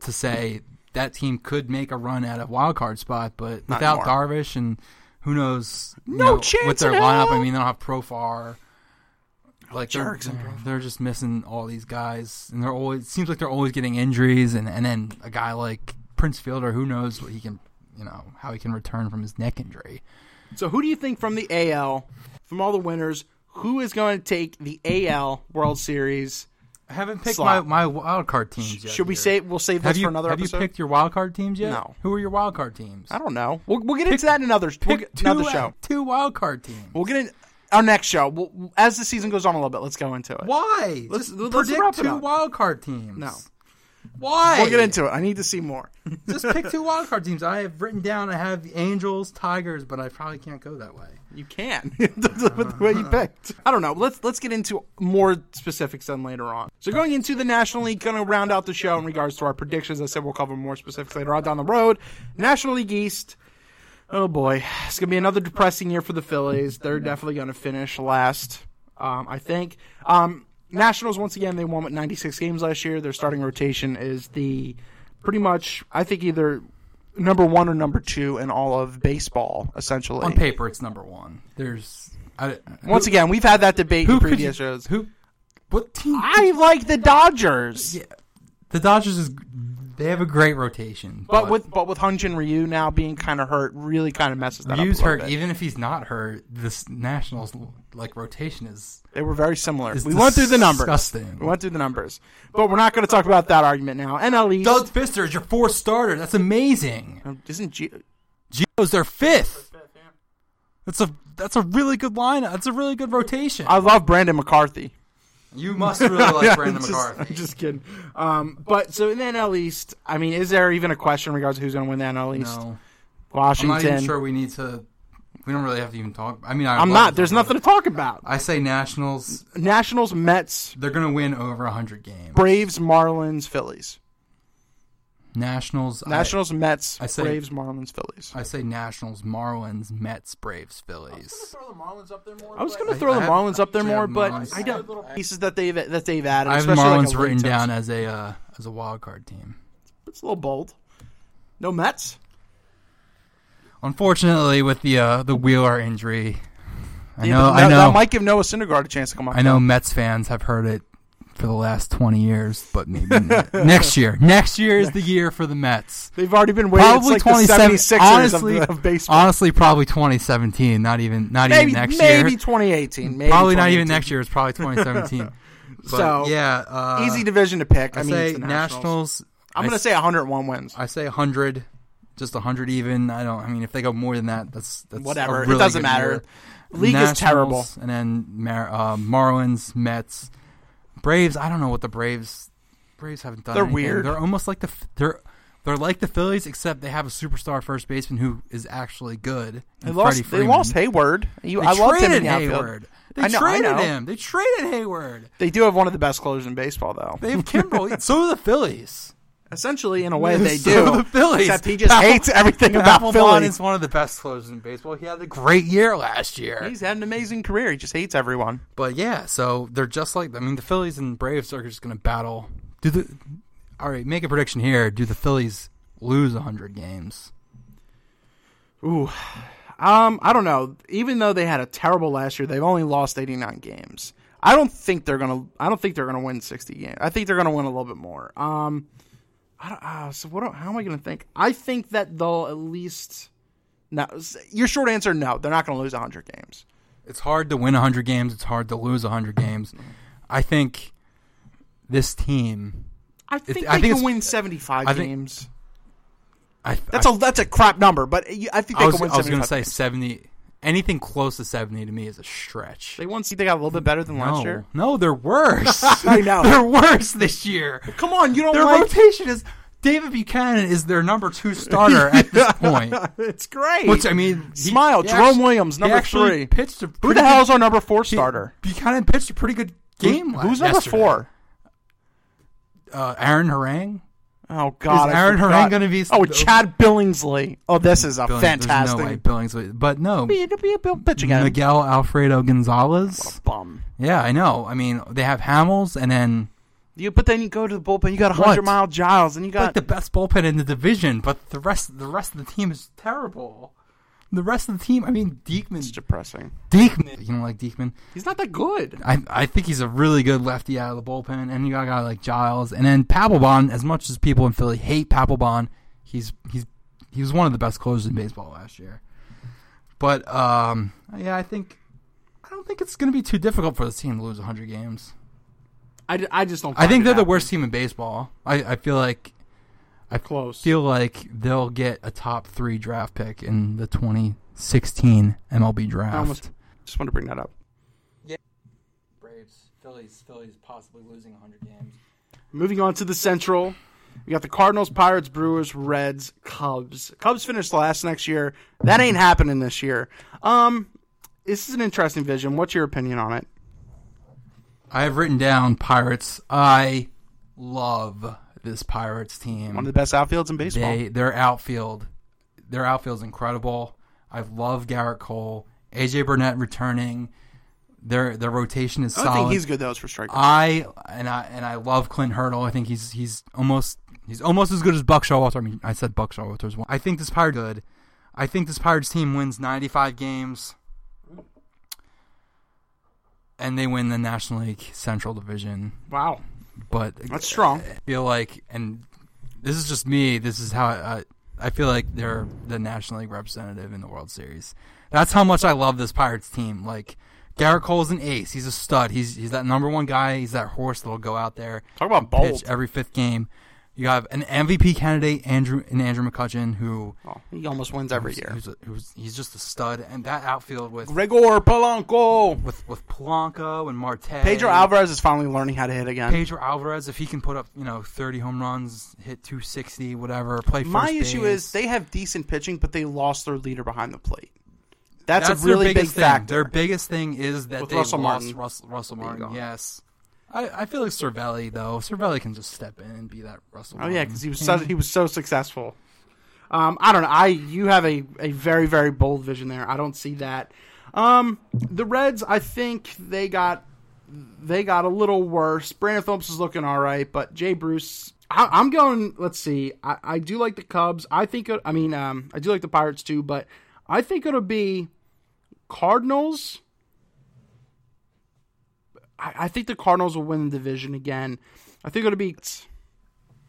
[SPEAKER 3] to say that team could make a run at a wild card spot, but without
[SPEAKER 2] anymore.
[SPEAKER 3] Darvish and who knows, you
[SPEAKER 2] No
[SPEAKER 3] know,
[SPEAKER 2] chance
[SPEAKER 3] with their
[SPEAKER 2] in
[SPEAKER 3] lineup.
[SPEAKER 2] hell.
[SPEAKER 3] I mean, they don't have Profar. Like they're,
[SPEAKER 2] Jerks and
[SPEAKER 3] they're- they're just missing all these guys, and they're always it seems like they're always getting injuries, and and then a guy like Prince Fielder, who knows what he can, you know, how he can return from his neck injury.
[SPEAKER 2] So, who do you think from the AL, from all the winners, who is going to take the AL World Series?
[SPEAKER 3] I haven't picked
[SPEAKER 2] Slot.
[SPEAKER 3] my my wild card teams yet.
[SPEAKER 2] Should we
[SPEAKER 3] here.
[SPEAKER 2] save? We'll save
[SPEAKER 3] Have
[SPEAKER 2] this
[SPEAKER 3] you
[SPEAKER 2] for another
[SPEAKER 3] have
[SPEAKER 2] episode.
[SPEAKER 3] you picked your wild card teams yet?
[SPEAKER 2] No.
[SPEAKER 3] Who are your wild card teams?
[SPEAKER 2] I don't know. We'll, we'll get into that in another
[SPEAKER 3] Pick
[SPEAKER 2] we'll get, another
[SPEAKER 3] two-
[SPEAKER 2] show.
[SPEAKER 3] Two wild card teams.
[SPEAKER 2] We'll get in our next show. We'll, as the season goes on a little bit, let's go into it.
[SPEAKER 3] Why?
[SPEAKER 2] Let's-
[SPEAKER 3] Just
[SPEAKER 2] let's
[SPEAKER 3] predict
[SPEAKER 2] wrap it
[SPEAKER 3] two
[SPEAKER 2] up.
[SPEAKER 3] wild card teams.
[SPEAKER 2] No.
[SPEAKER 3] Why?
[SPEAKER 2] We'll get into it. I need to see more.
[SPEAKER 3] Just pick two wild card teams. I have written down. I have the Angels, Tigers, but I probably can't go that way.
[SPEAKER 2] You can with the way
[SPEAKER 3] Uh-huh.
[SPEAKER 2] you picked. I don't know. Let's let's get into more specifics then later on. So going into the National League, going to round out the show in regards to our predictions. I said we'll cover more specifics later on down the road. National League East. Oh boy, it's gonna be another depressing year for the Phillies. They're definitely gonna finish last. Um, I think. Um, Nationals once again they won with 96 games last year. Their starting rotation is the pretty much I think either number one or number two in all of baseball essentially.
[SPEAKER 3] On paper, it's number one. There's I,
[SPEAKER 2] Once
[SPEAKER 3] who,
[SPEAKER 2] again, we've had that debate in
[SPEAKER 3] could
[SPEAKER 2] previous
[SPEAKER 3] you-
[SPEAKER 2] shows.
[SPEAKER 3] Who? What team?
[SPEAKER 2] I like the Dodgers,
[SPEAKER 3] the Dodgers is. They have a great rotation,
[SPEAKER 2] but with but with Hunjin Ryu now being kind of hurt, really kind of messes that
[SPEAKER 3] Hughes
[SPEAKER 2] up. a
[SPEAKER 3] hurt.
[SPEAKER 2] little bit.
[SPEAKER 3] Even if he's not hurt, this Nationals like rotation is.
[SPEAKER 2] They were very similar.
[SPEAKER 3] is
[SPEAKER 2] we went through the numbers.
[SPEAKER 3] disgusting.
[SPEAKER 2] We went through the numbers, but we're not going to talk about that argument now. NL East
[SPEAKER 3] Doug Fister is your fourth starter. That's amazing.
[SPEAKER 2] Oh, isn't G-
[SPEAKER 3] Gio's their fifth. That's a that's a really good lineup. That's a really good rotation.
[SPEAKER 2] I love Brandon McCarthy.
[SPEAKER 3] You must really like Brandon
[SPEAKER 2] Just-
[SPEAKER 3] McCarthy.
[SPEAKER 2] I'm just kidding. Um, but so in the NL East, I mean, is there even a question in regards to who's going to win the NL East?
[SPEAKER 3] no, I'm
[SPEAKER 2] Washington.
[SPEAKER 3] not even sure we need to. We don't really have to even talk. I mean, I
[SPEAKER 2] I'm not. There's nothing to talk about.
[SPEAKER 3] I say Nationals.
[SPEAKER 2] Nationals, Mets,
[SPEAKER 3] They're gonna win over 100 games.
[SPEAKER 2] Braves, Marlins, Phillies.
[SPEAKER 3] Nationals. I-
[SPEAKER 2] Nationals, Mets,
[SPEAKER 3] I say-
[SPEAKER 2] Braves, Marlins, Phillies.
[SPEAKER 3] I, say Nationals, Marlins, Mets, Braves, Phillies.
[SPEAKER 1] Throw the Marlins up there more.
[SPEAKER 2] I was
[SPEAKER 1] but-
[SPEAKER 2] going to
[SPEAKER 3] I-
[SPEAKER 2] throw
[SPEAKER 3] I
[SPEAKER 2] the
[SPEAKER 3] have-
[SPEAKER 2] Marlins up there
[SPEAKER 3] I
[SPEAKER 2] more,
[SPEAKER 3] have
[SPEAKER 2] but
[SPEAKER 3] Marlins.
[SPEAKER 2] I don't pieces that they've that they've added.
[SPEAKER 3] I have
[SPEAKER 2] especially like
[SPEAKER 3] Marlins
[SPEAKER 2] a late
[SPEAKER 3] written
[SPEAKER 2] touch.
[SPEAKER 3] down as a uh, as a wild card team.
[SPEAKER 2] It's a little bold. No Mets.
[SPEAKER 3] Unfortunately, with the uh, the Wheeler injury, I
[SPEAKER 2] Yeah,
[SPEAKER 3] know,
[SPEAKER 2] but
[SPEAKER 3] I
[SPEAKER 2] that-
[SPEAKER 3] know,
[SPEAKER 2] That might give Noah Syndergaard a chance to come up.
[SPEAKER 3] I know. Mets fans have heard it for the last 20 years, but maybe ne- next year. Next year is the year for the Mets.
[SPEAKER 2] They've already been waiting.
[SPEAKER 3] Probably
[SPEAKER 2] it's like the
[SPEAKER 3] 27.
[SPEAKER 2] 76ers
[SPEAKER 3] Honestly,
[SPEAKER 2] of, the, of baseball.
[SPEAKER 3] honestly, probably 2017. Not even, not
[SPEAKER 2] maybe
[SPEAKER 3] even next
[SPEAKER 2] maybe
[SPEAKER 3] year.
[SPEAKER 2] 2018. Maybe
[SPEAKER 3] Probably not even
[SPEAKER 2] 2018.
[SPEAKER 3] next year. It's probably 2017. But
[SPEAKER 2] So,
[SPEAKER 3] yeah, uh,
[SPEAKER 2] Easy division to pick. I,
[SPEAKER 3] I
[SPEAKER 2] mean,
[SPEAKER 3] say
[SPEAKER 2] it's the Nationals.
[SPEAKER 3] Nationals.
[SPEAKER 2] I'm
[SPEAKER 3] I
[SPEAKER 2] going to say 101 wins.
[SPEAKER 3] I say 100, just 100 even. I don't. I mean, if they go more than that, that's that's a
[SPEAKER 2] Whatever. It
[SPEAKER 3] really
[SPEAKER 2] doesn't
[SPEAKER 3] good
[SPEAKER 2] matter.
[SPEAKER 3] year.
[SPEAKER 2] League is
[SPEAKER 3] Nationals,
[SPEAKER 2] terrible.
[SPEAKER 3] and then Mar- uh, Marlins, Mets, Braves. I don't know what the Braves. Braves haven't done.
[SPEAKER 2] They're
[SPEAKER 3] anything.
[SPEAKER 2] weird.
[SPEAKER 3] They're almost like the f- they're they're like the Phillies, except they have a superstar first baseman who is actually good.
[SPEAKER 2] They
[SPEAKER 3] in
[SPEAKER 2] lost.
[SPEAKER 3] Freddie
[SPEAKER 2] They
[SPEAKER 3] Freeman.
[SPEAKER 2] lost Hayward. You,
[SPEAKER 3] They
[SPEAKER 2] I loved him
[SPEAKER 3] traded
[SPEAKER 2] in the outfield.
[SPEAKER 3] Hayward. They
[SPEAKER 2] I know, I
[SPEAKER 3] traded
[SPEAKER 2] know.
[SPEAKER 3] him. They traded Hayward.
[SPEAKER 2] They do have one of the best closers in baseball, though.
[SPEAKER 3] They have Kimbrel. so do the Phillies.
[SPEAKER 2] Essentially, in a way, they
[SPEAKER 3] So
[SPEAKER 2] do.
[SPEAKER 3] the Phillies.
[SPEAKER 2] Except he just
[SPEAKER 3] Pavel-
[SPEAKER 2] hates everything about
[SPEAKER 3] Applebaum
[SPEAKER 2] Philly.
[SPEAKER 3] is one of the best closers in baseball. He had a great year last year.
[SPEAKER 2] He's had an amazing career. He just hates everyone.
[SPEAKER 3] but yeah, so they're just like I mean the Phillies and Braves are just going to battle. Do the All right, make a prediction here. Do the Phillies lose 100 games?
[SPEAKER 2] Ooh. Um, I don't know. Even though they had a terrible last year, they've only lost 89 games. I don't think they're gonna. I don't think they're gonna win 60 games. I think they're gonna win a little bit more. Um, I don't. Uh, so what? do- How am I gonna think? I think that they'll at least. No, s- your short answer. No, they're not gonna lose 100 games.
[SPEAKER 3] It's hard to win 100 games, it's hard to lose 100 games. I think this team
[SPEAKER 2] I think they
[SPEAKER 3] I think
[SPEAKER 2] can
[SPEAKER 3] it's-
[SPEAKER 2] win 75
[SPEAKER 3] I think-
[SPEAKER 2] games.
[SPEAKER 3] I
[SPEAKER 2] That's
[SPEAKER 3] I,
[SPEAKER 2] a that's a crap number, but you- I think they
[SPEAKER 3] I was,
[SPEAKER 2] can win.
[SPEAKER 3] I was going to
[SPEAKER 2] 75.
[SPEAKER 3] say 70 anything close to 70 to me is a stretch.
[SPEAKER 2] they won. See, they got a little bit better than
[SPEAKER 3] no,
[SPEAKER 2] last year.
[SPEAKER 3] no, they're worse.
[SPEAKER 2] I know. Oh
[SPEAKER 3] They're worse this year.
[SPEAKER 2] Come on, you don't
[SPEAKER 3] Their
[SPEAKER 2] like.
[SPEAKER 3] rotation is David Buchanan is their number two starter at this point.
[SPEAKER 2] it's great.
[SPEAKER 3] Which I mean, he-
[SPEAKER 2] Smile,
[SPEAKER 3] he
[SPEAKER 2] Jerome
[SPEAKER 3] actu-
[SPEAKER 2] Williams,
[SPEAKER 3] he
[SPEAKER 2] number
[SPEAKER 3] actually
[SPEAKER 2] three.
[SPEAKER 3] Pitched a
[SPEAKER 2] Who
[SPEAKER 3] pretty
[SPEAKER 2] the
[SPEAKER 3] good-
[SPEAKER 2] hell is our number four
[SPEAKER 3] he-
[SPEAKER 2] starter?
[SPEAKER 3] Buchanan pitched a pretty good game. la-
[SPEAKER 2] Who's number
[SPEAKER 3] yesterday.
[SPEAKER 2] four?
[SPEAKER 3] Uh, Aaron Harang.
[SPEAKER 2] Oh God!
[SPEAKER 3] Is
[SPEAKER 2] I
[SPEAKER 3] Aaron
[SPEAKER 2] forgot.
[SPEAKER 3] Herrera gonna be-
[SPEAKER 2] Oh, Chad Billingsley. Oh, this is
[SPEAKER 3] There's
[SPEAKER 2] a
[SPEAKER 3] no way
[SPEAKER 2] fantastic.
[SPEAKER 3] Billings, would- but no.
[SPEAKER 2] Be- to be a Bill pitch again.
[SPEAKER 3] Miguel Alfredo Gonzalez.
[SPEAKER 2] Bum.
[SPEAKER 3] Yeah, I know. I mean, they have Hamels and then
[SPEAKER 2] You, but then you go to the bullpen. You got a hundred
[SPEAKER 3] What?
[SPEAKER 2] mile Giles, and you
[SPEAKER 3] like
[SPEAKER 2] got
[SPEAKER 3] the best bullpen in the division, but the rest the rest of the team is terrible. The rest of the team, I mean,
[SPEAKER 2] it's
[SPEAKER 3] Diekman.
[SPEAKER 2] depressing.
[SPEAKER 3] Diekman, you don't like Diekman.
[SPEAKER 2] He's not that good.
[SPEAKER 3] I, I think he's a really good lefty out of the bullpen, and you got a guy like Giles, and then Papelbon. As much as people in Philly hate Papelbon, he's he's he was one of the best closers in baseball last year. But um, yeah, I think I don't think it's going to be too difficult for this team to lose 100 games.
[SPEAKER 2] I, d- I just don't.
[SPEAKER 3] I
[SPEAKER 2] find
[SPEAKER 3] think
[SPEAKER 2] it
[SPEAKER 3] they're the
[SPEAKER 2] happening.
[SPEAKER 3] worst team in baseball. I, I feel like I
[SPEAKER 2] Close.
[SPEAKER 3] feel like they'll get a top three draft pick in the 2016 MLB draft.
[SPEAKER 2] I almost just wanted to bring that up.
[SPEAKER 3] Braves, Phillies, Phillies possibly losing 100 games.
[SPEAKER 2] Moving on to the Central, we got the Cardinals, Pirates, Brewers, Reds, Cubs. Cubs finished last next year. That ain't happening this year. Um, this is an interesting vision. What's your opinion on it?
[SPEAKER 3] I have written down Pirates. I love this Pirates team.
[SPEAKER 2] One of the best outfields in baseball.
[SPEAKER 3] they their outfield, their outfield's incredible. I love Garrett Cole, AJ Burnett returning. Their their rotation is
[SPEAKER 2] I
[SPEAKER 3] solid.
[SPEAKER 2] don't think he's good though. It's for strikeout.
[SPEAKER 3] I and I and I love Clint Hurdle. I think he's he's almost he's almost as good as Buck Showalter. I mean, I said Buck Showalter's one. I think this Pirate good. I think this Pirates team wins 95 games, and they win the National League Central Division.
[SPEAKER 2] wow,
[SPEAKER 3] But
[SPEAKER 2] that's strong.
[SPEAKER 3] I feel like, and this is just me. This is how I, I feel like they're the National League representative in the World Series. That's how much I love this Pirates team. Like Garrett Cole's an ace. He's a stud. He's he's that number one guy. He's that horse that'll go out there
[SPEAKER 2] Talk about
[SPEAKER 3] pitch
[SPEAKER 2] bold.
[SPEAKER 3] every fifth game. You have an MVP candidate, Andrew and Andrew McCutcheon, who
[SPEAKER 2] Oh, he almost wins every
[SPEAKER 3] who's,
[SPEAKER 2] year.
[SPEAKER 3] who's, a, who's he's just a stud, and that outfield with
[SPEAKER 2] Gregor Polanco.
[SPEAKER 3] with with Polanco and Marte,
[SPEAKER 2] Pedro Alvarez is finally learning how to hit again.
[SPEAKER 3] Pedro Alvarez, if he can put up you know thirty home runs, hit two sixty, whatever, play. First
[SPEAKER 2] My issue
[SPEAKER 3] base.
[SPEAKER 2] is they have decent pitching, but they lost their leader behind the plate. That's, a
[SPEAKER 3] their
[SPEAKER 2] really big
[SPEAKER 3] biggest thing.
[SPEAKER 2] factor.
[SPEAKER 3] Their biggest thing is that
[SPEAKER 2] With
[SPEAKER 3] they
[SPEAKER 2] Russell
[SPEAKER 3] lost
[SPEAKER 2] Martin.
[SPEAKER 3] Russell, Russell
[SPEAKER 2] There you
[SPEAKER 3] Martin.
[SPEAKER 2] go.
[SPEAKER 3] Yes, I, I feel like Cervelli though. Cervelli can just step in and be that Russell.
[SPEAKER 2] Oh
[SPEAKER 3] Martin.
[SPEAKER 2] yeah, because he was
[SPEAKER 3] And-
[SPEAKER 2] so, he was so successful. Um, I don't know. I you have a, a very very bold vision there. I don't see that. Um, the Reds, I think they got they got a little worse. Brandon Phillips is looking all right, but Jay Bruce. I, I'm going. Let's see. I, I do like the Cubs. I think. It, I mean, um, I do like the Pirates too, but I think it'll be Cardinals. I, I think the Cardinals will win the division again. I think it'll be.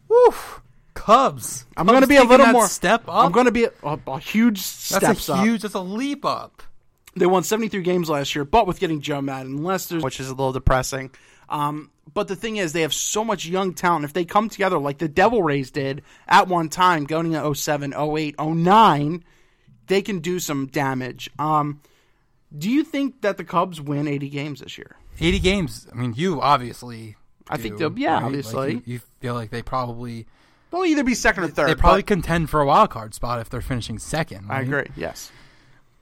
[SPEAKER 3] Woof. Cubs.
[SPEAKER 2] I'm
[SPEAKER 3] Cubs
[SPEAKER 2] going to be a
[SPEAKER 3] taking
[SPEAKER 2] little
[SPEAKER 3] that
[SPEAKER 2] more
[SPEAKER 3] step up.
[SPEAKER 2] I'm going to be a, a, a huge
[SPEAKER 3] That's
[SPEAKER 2] steps
[SPEAKER 3] a
[SPEAKER 2] up.
[SPEAKER 3] huge. That's a leap up.
[SPEAKER 2] They won 73 games last year, but with getting Joe Madden, unless there's which is a little depressing. Um, but the thing is, they have so much young talent. If they come together like the Devil Rays did at one time, going oh to 07, 08, 09, they can do some damage. Um, do you think that the Cubs win 80 games this year?
[SPEAKER 3] Eighty games. I mean, you obviously.
[SPEAKER 2] I think
[SPEAKER 3] do,
[SPEAKER 2] they'll- yeah,
[SPEAKER 3] right?
[SPEAKER 2] obviously.
[SPEAKER 3] Like, you, you feel like they probably
[SPEAKER 2] They'll either be second or third.
[SPEAKER 3] they probably
[SPEAKER 2] but-
[SPEAKER 3] contend for a wild card spot if they're finishing second.
[SPEAKER 2] I
[SPEAKER 3] right?
[SPEAKER 2] agree. Yes,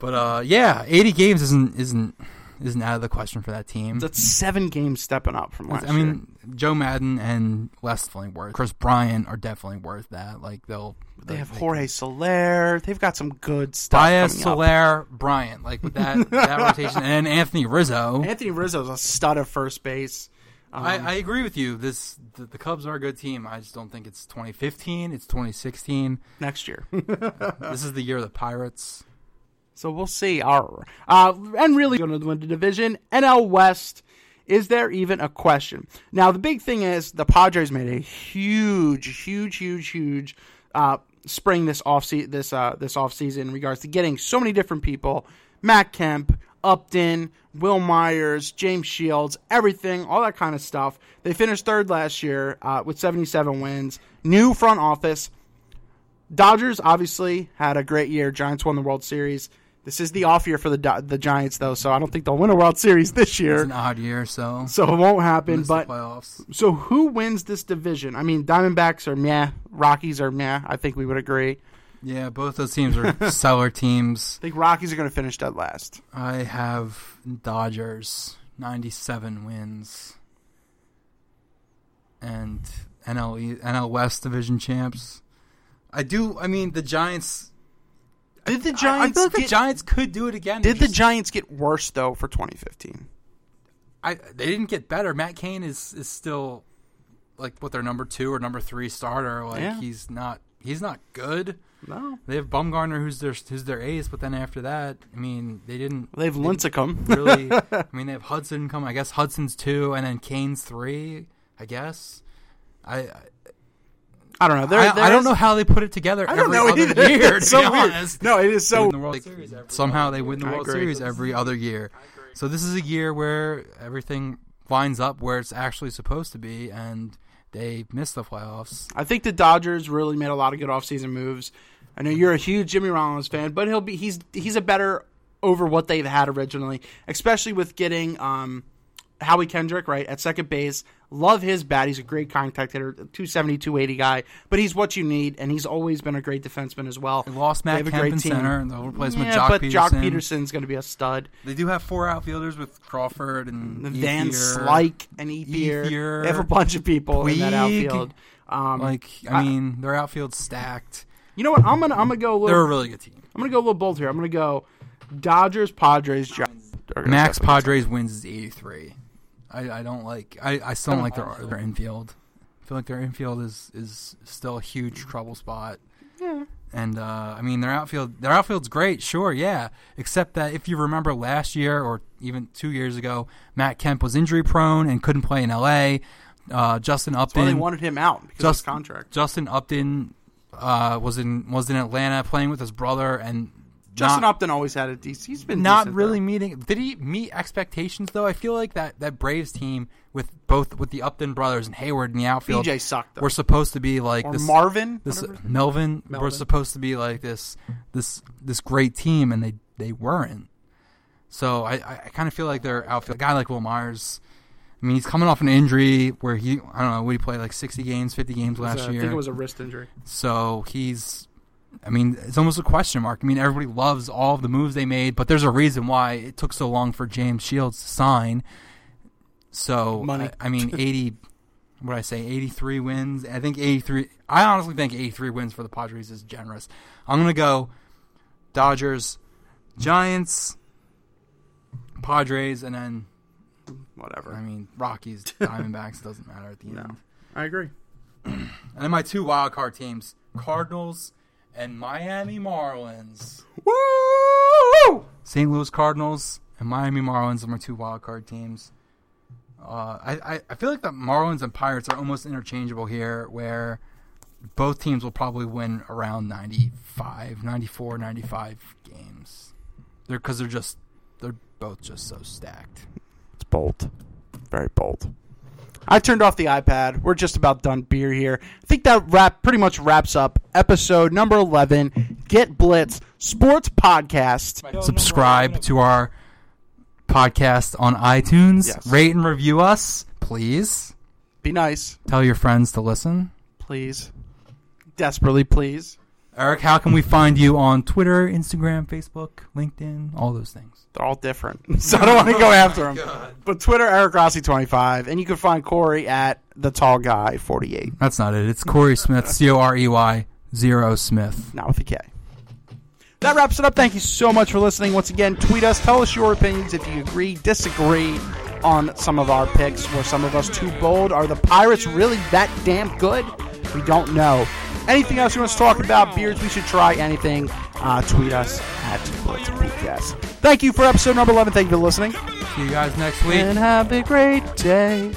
[SPEAKER 3] But uh, yeah, eighty games isn't isn't isn't out of the question for that team.
[SPEAKER 2] that's seven games stepping up from last
[SPEAKER 3] I
[SPEAKER 2] year.
[SPEAKER 3] mean, Joe Madden and Wes Flingworth, Chris Bryant are definitely worth that. Like they'll uh,
[SPEAKER 2] They have Jorge Soler. They've got some good stuff.
[SPEAKER 3] Diaz,
[SPEAKER 2] coming up.
[SPEAKER 3] Soler, Bryant, like with that that rotation, and Anthony Rizzo.
[SPEAKER 2] Anthony Rizzo's a stud at first base. Um,
[SPEAKER 3] I, I agree with you. This the, the Cubs are a good team. I just don't think it's 2015. It's 2016.
[SPEAKER 2] next year, Uh.
[SPEAKER 3] this is the year of the Pirates.
[SPEAKER 2] so we'll see. Our uh, and really going to win the division. NL West. Is there even a question? Now the big thing is the Padres made a huge, huge, huge, huge uh, spring this off this uh, this off season in regards to getting so many different people. Matt Kemp, Upton, Will Myers, James Shields, everything, all that kind of stuff. They finished third last year uh, with 77 wins. New front office, Dodgers obviously had a great year. Giants won the World Series. This is the off year for the Do- the Giants though, so I don't think they'll win a World Series this
[SPEAKER 3] It's
[SPEAKER 2] year.
[SPEAKER 3] an odd year, so
[SPEAKER 2] So it won't happen.
[SPEAKER 3] Missed the
[SPEAKER 2] But
[SPEAKER 3] playoffs.
[SPEAKER 2] so who wins this division? I mean, Diamondbacks are meh, Rockies are meh. I think we would agree. I
[SPEAKER 3] Yeah, both those teams are seller teams.
[SPEAKER 2] think Rockies are going to finish dead last.
[SPEAKER 3] I have Dodgers 97 wins and NL E- NL West division champs. I do. I mean, the Giants.
[SPEAKER 2] Did the Giants?
[SPEAKER 3] I- I feel like the
[SPEAKER 2] get-
[SPEAKER 3] Giants could do it again.
[SPEAKER 2] did
[SPEAKER 3] They're
[SPEAKER 2] the
[SPEAKER 3] just-
[SPEAKER 2] Giants get worse though for 2015?
[SPEAKER 3] I, they didn't get better. Matt Cain is is still like what their number two or number three starter. Like
[SPEAKER 2] Yeah.
[SPEAKER 3] he's not he's not good.
[SPEAKER 2] No,
[SPEAKER 3] They have Bumgarner, who's their who's their ace, but then after that, I mean, they didn't
[SPEAKER 2] they've Lincecum.
[SPEAKER 3] really. I mean, they have Hudson come. I guess Hudson's two, and then Kane's three. I guess. I I,
[SPEAKER 2] I don't know. They're,
[SPEAKER 3] I,
[SPEAKER 2] they're-
[SPEAKER 3] I don't know how they put it together
[SPEAKER 2] I don't
[SPEAKER 3] every
[SPEAKER 2] know
[SPEAKER 3] other
[SPEAKER 2] either.
[SPEAKER 3] year. To be
[SPEAKER 2] It's so
[SPEAKER 3] honest.
[SPEAKER 2] weird. No, it is
[SPEAKER 3] They win
[SPEAKER 2] so
[SPEAKER 3] the World Series somehow they win the
[SPEAKER 2] I
[SPEAKER 3] World
[SPEAKER 2] agree.
[SPEAKER 3] Series every other year. So this is a year where everything lines up where it's actually supposed to be, and they miss the playoffs.
[SPEAKER 2] I think the Dodgers really made a lot of good offseason moves. I know you're a huge Jimmy Rollins fan, but he'll be he's he's a better over what they've had originally, especially with getting um, Howie Kendrick right at second base. Love his bat. He's a great contact hitter, 270, 280 guy, but he's what you need, and he's always been a great defenseman as well.
[SPEAKER 3] They lost
[SPEAKER 2] They
[SPEAKER 3] Matt
[SPEAKER 2] have a
[SPEAKER 3] Kemp
[SPEAKER 2] great
[SPEAKER 3] in
[SPEAKER 2] team.
[SPEAKER 3] center, and they'll replace him with
[SPEAKER 2] Yeah,
[SPEAKER 3] Jock
[SPEAKER 2] but
[SPEAKER 3] Peterson.
[SPEAKER 2] Jock Peterson's going to be a stud.
[SPEAKER 3] They do have four outfielders with Crawford and
[SPEAKER 2] Van
[SPEAKER 3] Ethier.
[SPEAKER 2] Slyke and Ethier.
[SPEAKER 3] Ethier,
[SPEAKER 2] They have a bunch of people in that
[SPEAKER 3] Puig.
[SPEAKER 2] outfield. Um,
[SPEAKER 3] Like I mean, their outfield's stacked.
[SPEAKER 2] you know what? I'm gonna I'm gonna go a little
[SPEAKER 3] They're a really good team.
[SPEAKER 2] I'm gonna go a little bold here. I'm gonna go Dodgers, Padres, Giants.
[SPEAKER 3] Max Padres wins is 83. I, I don't like. I, I still don't like their their infield. I feel like their infield is is still a huge trouble spot.
[SPEAKER 2] Yeah.
[SPEAKER 3] And uh, I mean their outfield their outfield's great, sure, yeah. Except that if you remember last year or even two years ago, Matt Kemp was injury prone and couldn't play in L.A. Uh, Justin
[SPEAKER 2] Well,
[SPEAKER 3] Upton
[SPEAKER 2] they wanted him out because of his contract.
[SPEAKER 3] Justin Upton uh, was in was in Atlanta playing with his brother, and
[SPEAKER 2] Justin
[SPEAKER 3] not,
[SPEAKER 2] Upton always had a decent. He's been
[SPEAKER 3] not
[SPEAKER 2] decent,
[SPEAKER 3] really
[SPEAKER 2] though.
[SPEAKER 3] meeting. Did he meet expectations though? I feel like that that Braves team with both with the Upton brothers and Hayward in the outfield.
[SPEAKER 2] BJ sucked, though.
[SPEAKER 3] We're supposed to be like
[SPEAKER 2] Or
[SPEAKER 3] this.
[SPEAKER 2] Marvin.
[SPEAKER 3] this
[SPEAKER 2] whatever.
[SPEAKER 3] Melvin, We're
[SPEAKER 2] Melvin.
[SPEAKER 3] supposed to be like this this this great team, and they they weren't. So I I, I kind of feel like their outfield a guy like Will Myers. I mean, he's coming off an injury where he I don't know what he played like sixty games, fifty games
[SPEAKER 2] It was,
[SPEAKER 3] last
[SPEAKER 2] uh,
[SPEAKER 3] year.
[SPEAKER 2] I think it was a wrist injury.
[SPEAKER 3] So he's, I mean, it's almost a question mark. I mean, everybody loves all of the moves they made, but there's a reason why it took so long for James Shields to sign. So
[SPEAKER 2] Money.
[SPEAKER 3] I, I mean, eighty. What did I say? Eighty-three wins. I think eighty-three. I honestly think eighty-three wins for the Padres is generous. I'm gonna go Dodgers, Giants, Padres, and then I
[SPEAKER 2] Whatever.
[SPEAKER 3] mean Rockies, Diamondbacks. doesn't matter at the end.
[SPEAKER 2] No. I agree.
[SPEAKER 3] And then my two wild card teams, Cardinals and Miami Marlins.
[SPEAKER 2] Woo!
[SPEAKER 3] St. Louis Cardinals and Miami Marlins are my two wild card teams. Uh, I, I, I feel like the Marlins and Pirates are almost interchangeable here, where both teams will probably win around 95, 94, 95 games. They're because they're just they're both just so stacked.
[SPEAKER 2] It's bold. Very bold. I turned off the iPad. We're just about done beer here. I think that wrap pretty much wraps up episode number 11 Get Blitz Sports Podcast.
[SPEAKER 3] subscribe to our podcast on iTunes.
[SPEAKER 2] Yes.
[SPEAKER 3] Rate and review us, please.
[SPEAKER 2] Be nice,
[SPEAKER 3] Tell your friends to listen.
[SPEAKER 2] please. Desperately, please.
[SPEAKER 3] Eric, how can we find you on Twitter, Instagram, Facebook, LinkedIn, all those things?
[SPEAKER 2] They're all different. So I don't want to go after them. But Twitter, Eric Rossi25. And you can find Corey at the tall guy 48.
[SPEAKER 3] That's not it. It's Corey Smith, C O R E Y, zero Smith.
[SPEAKER 2] not with a K. That wraps it up. Thank you so much for listening. Once again, tweet us, tell us your opinions if you agree, disagree on some of our picks. Were some of us too bold? Are the Pirates really that damn good? We don't know. Anything else you want us to talk about? Beards, we should try anything. Uh, tweet us at Blitz Podcast. Thank you for episode number 11. Thank you for listening.
[SPEAKER 3] See you guys next week.
[SPEAKER 2] And have a great day.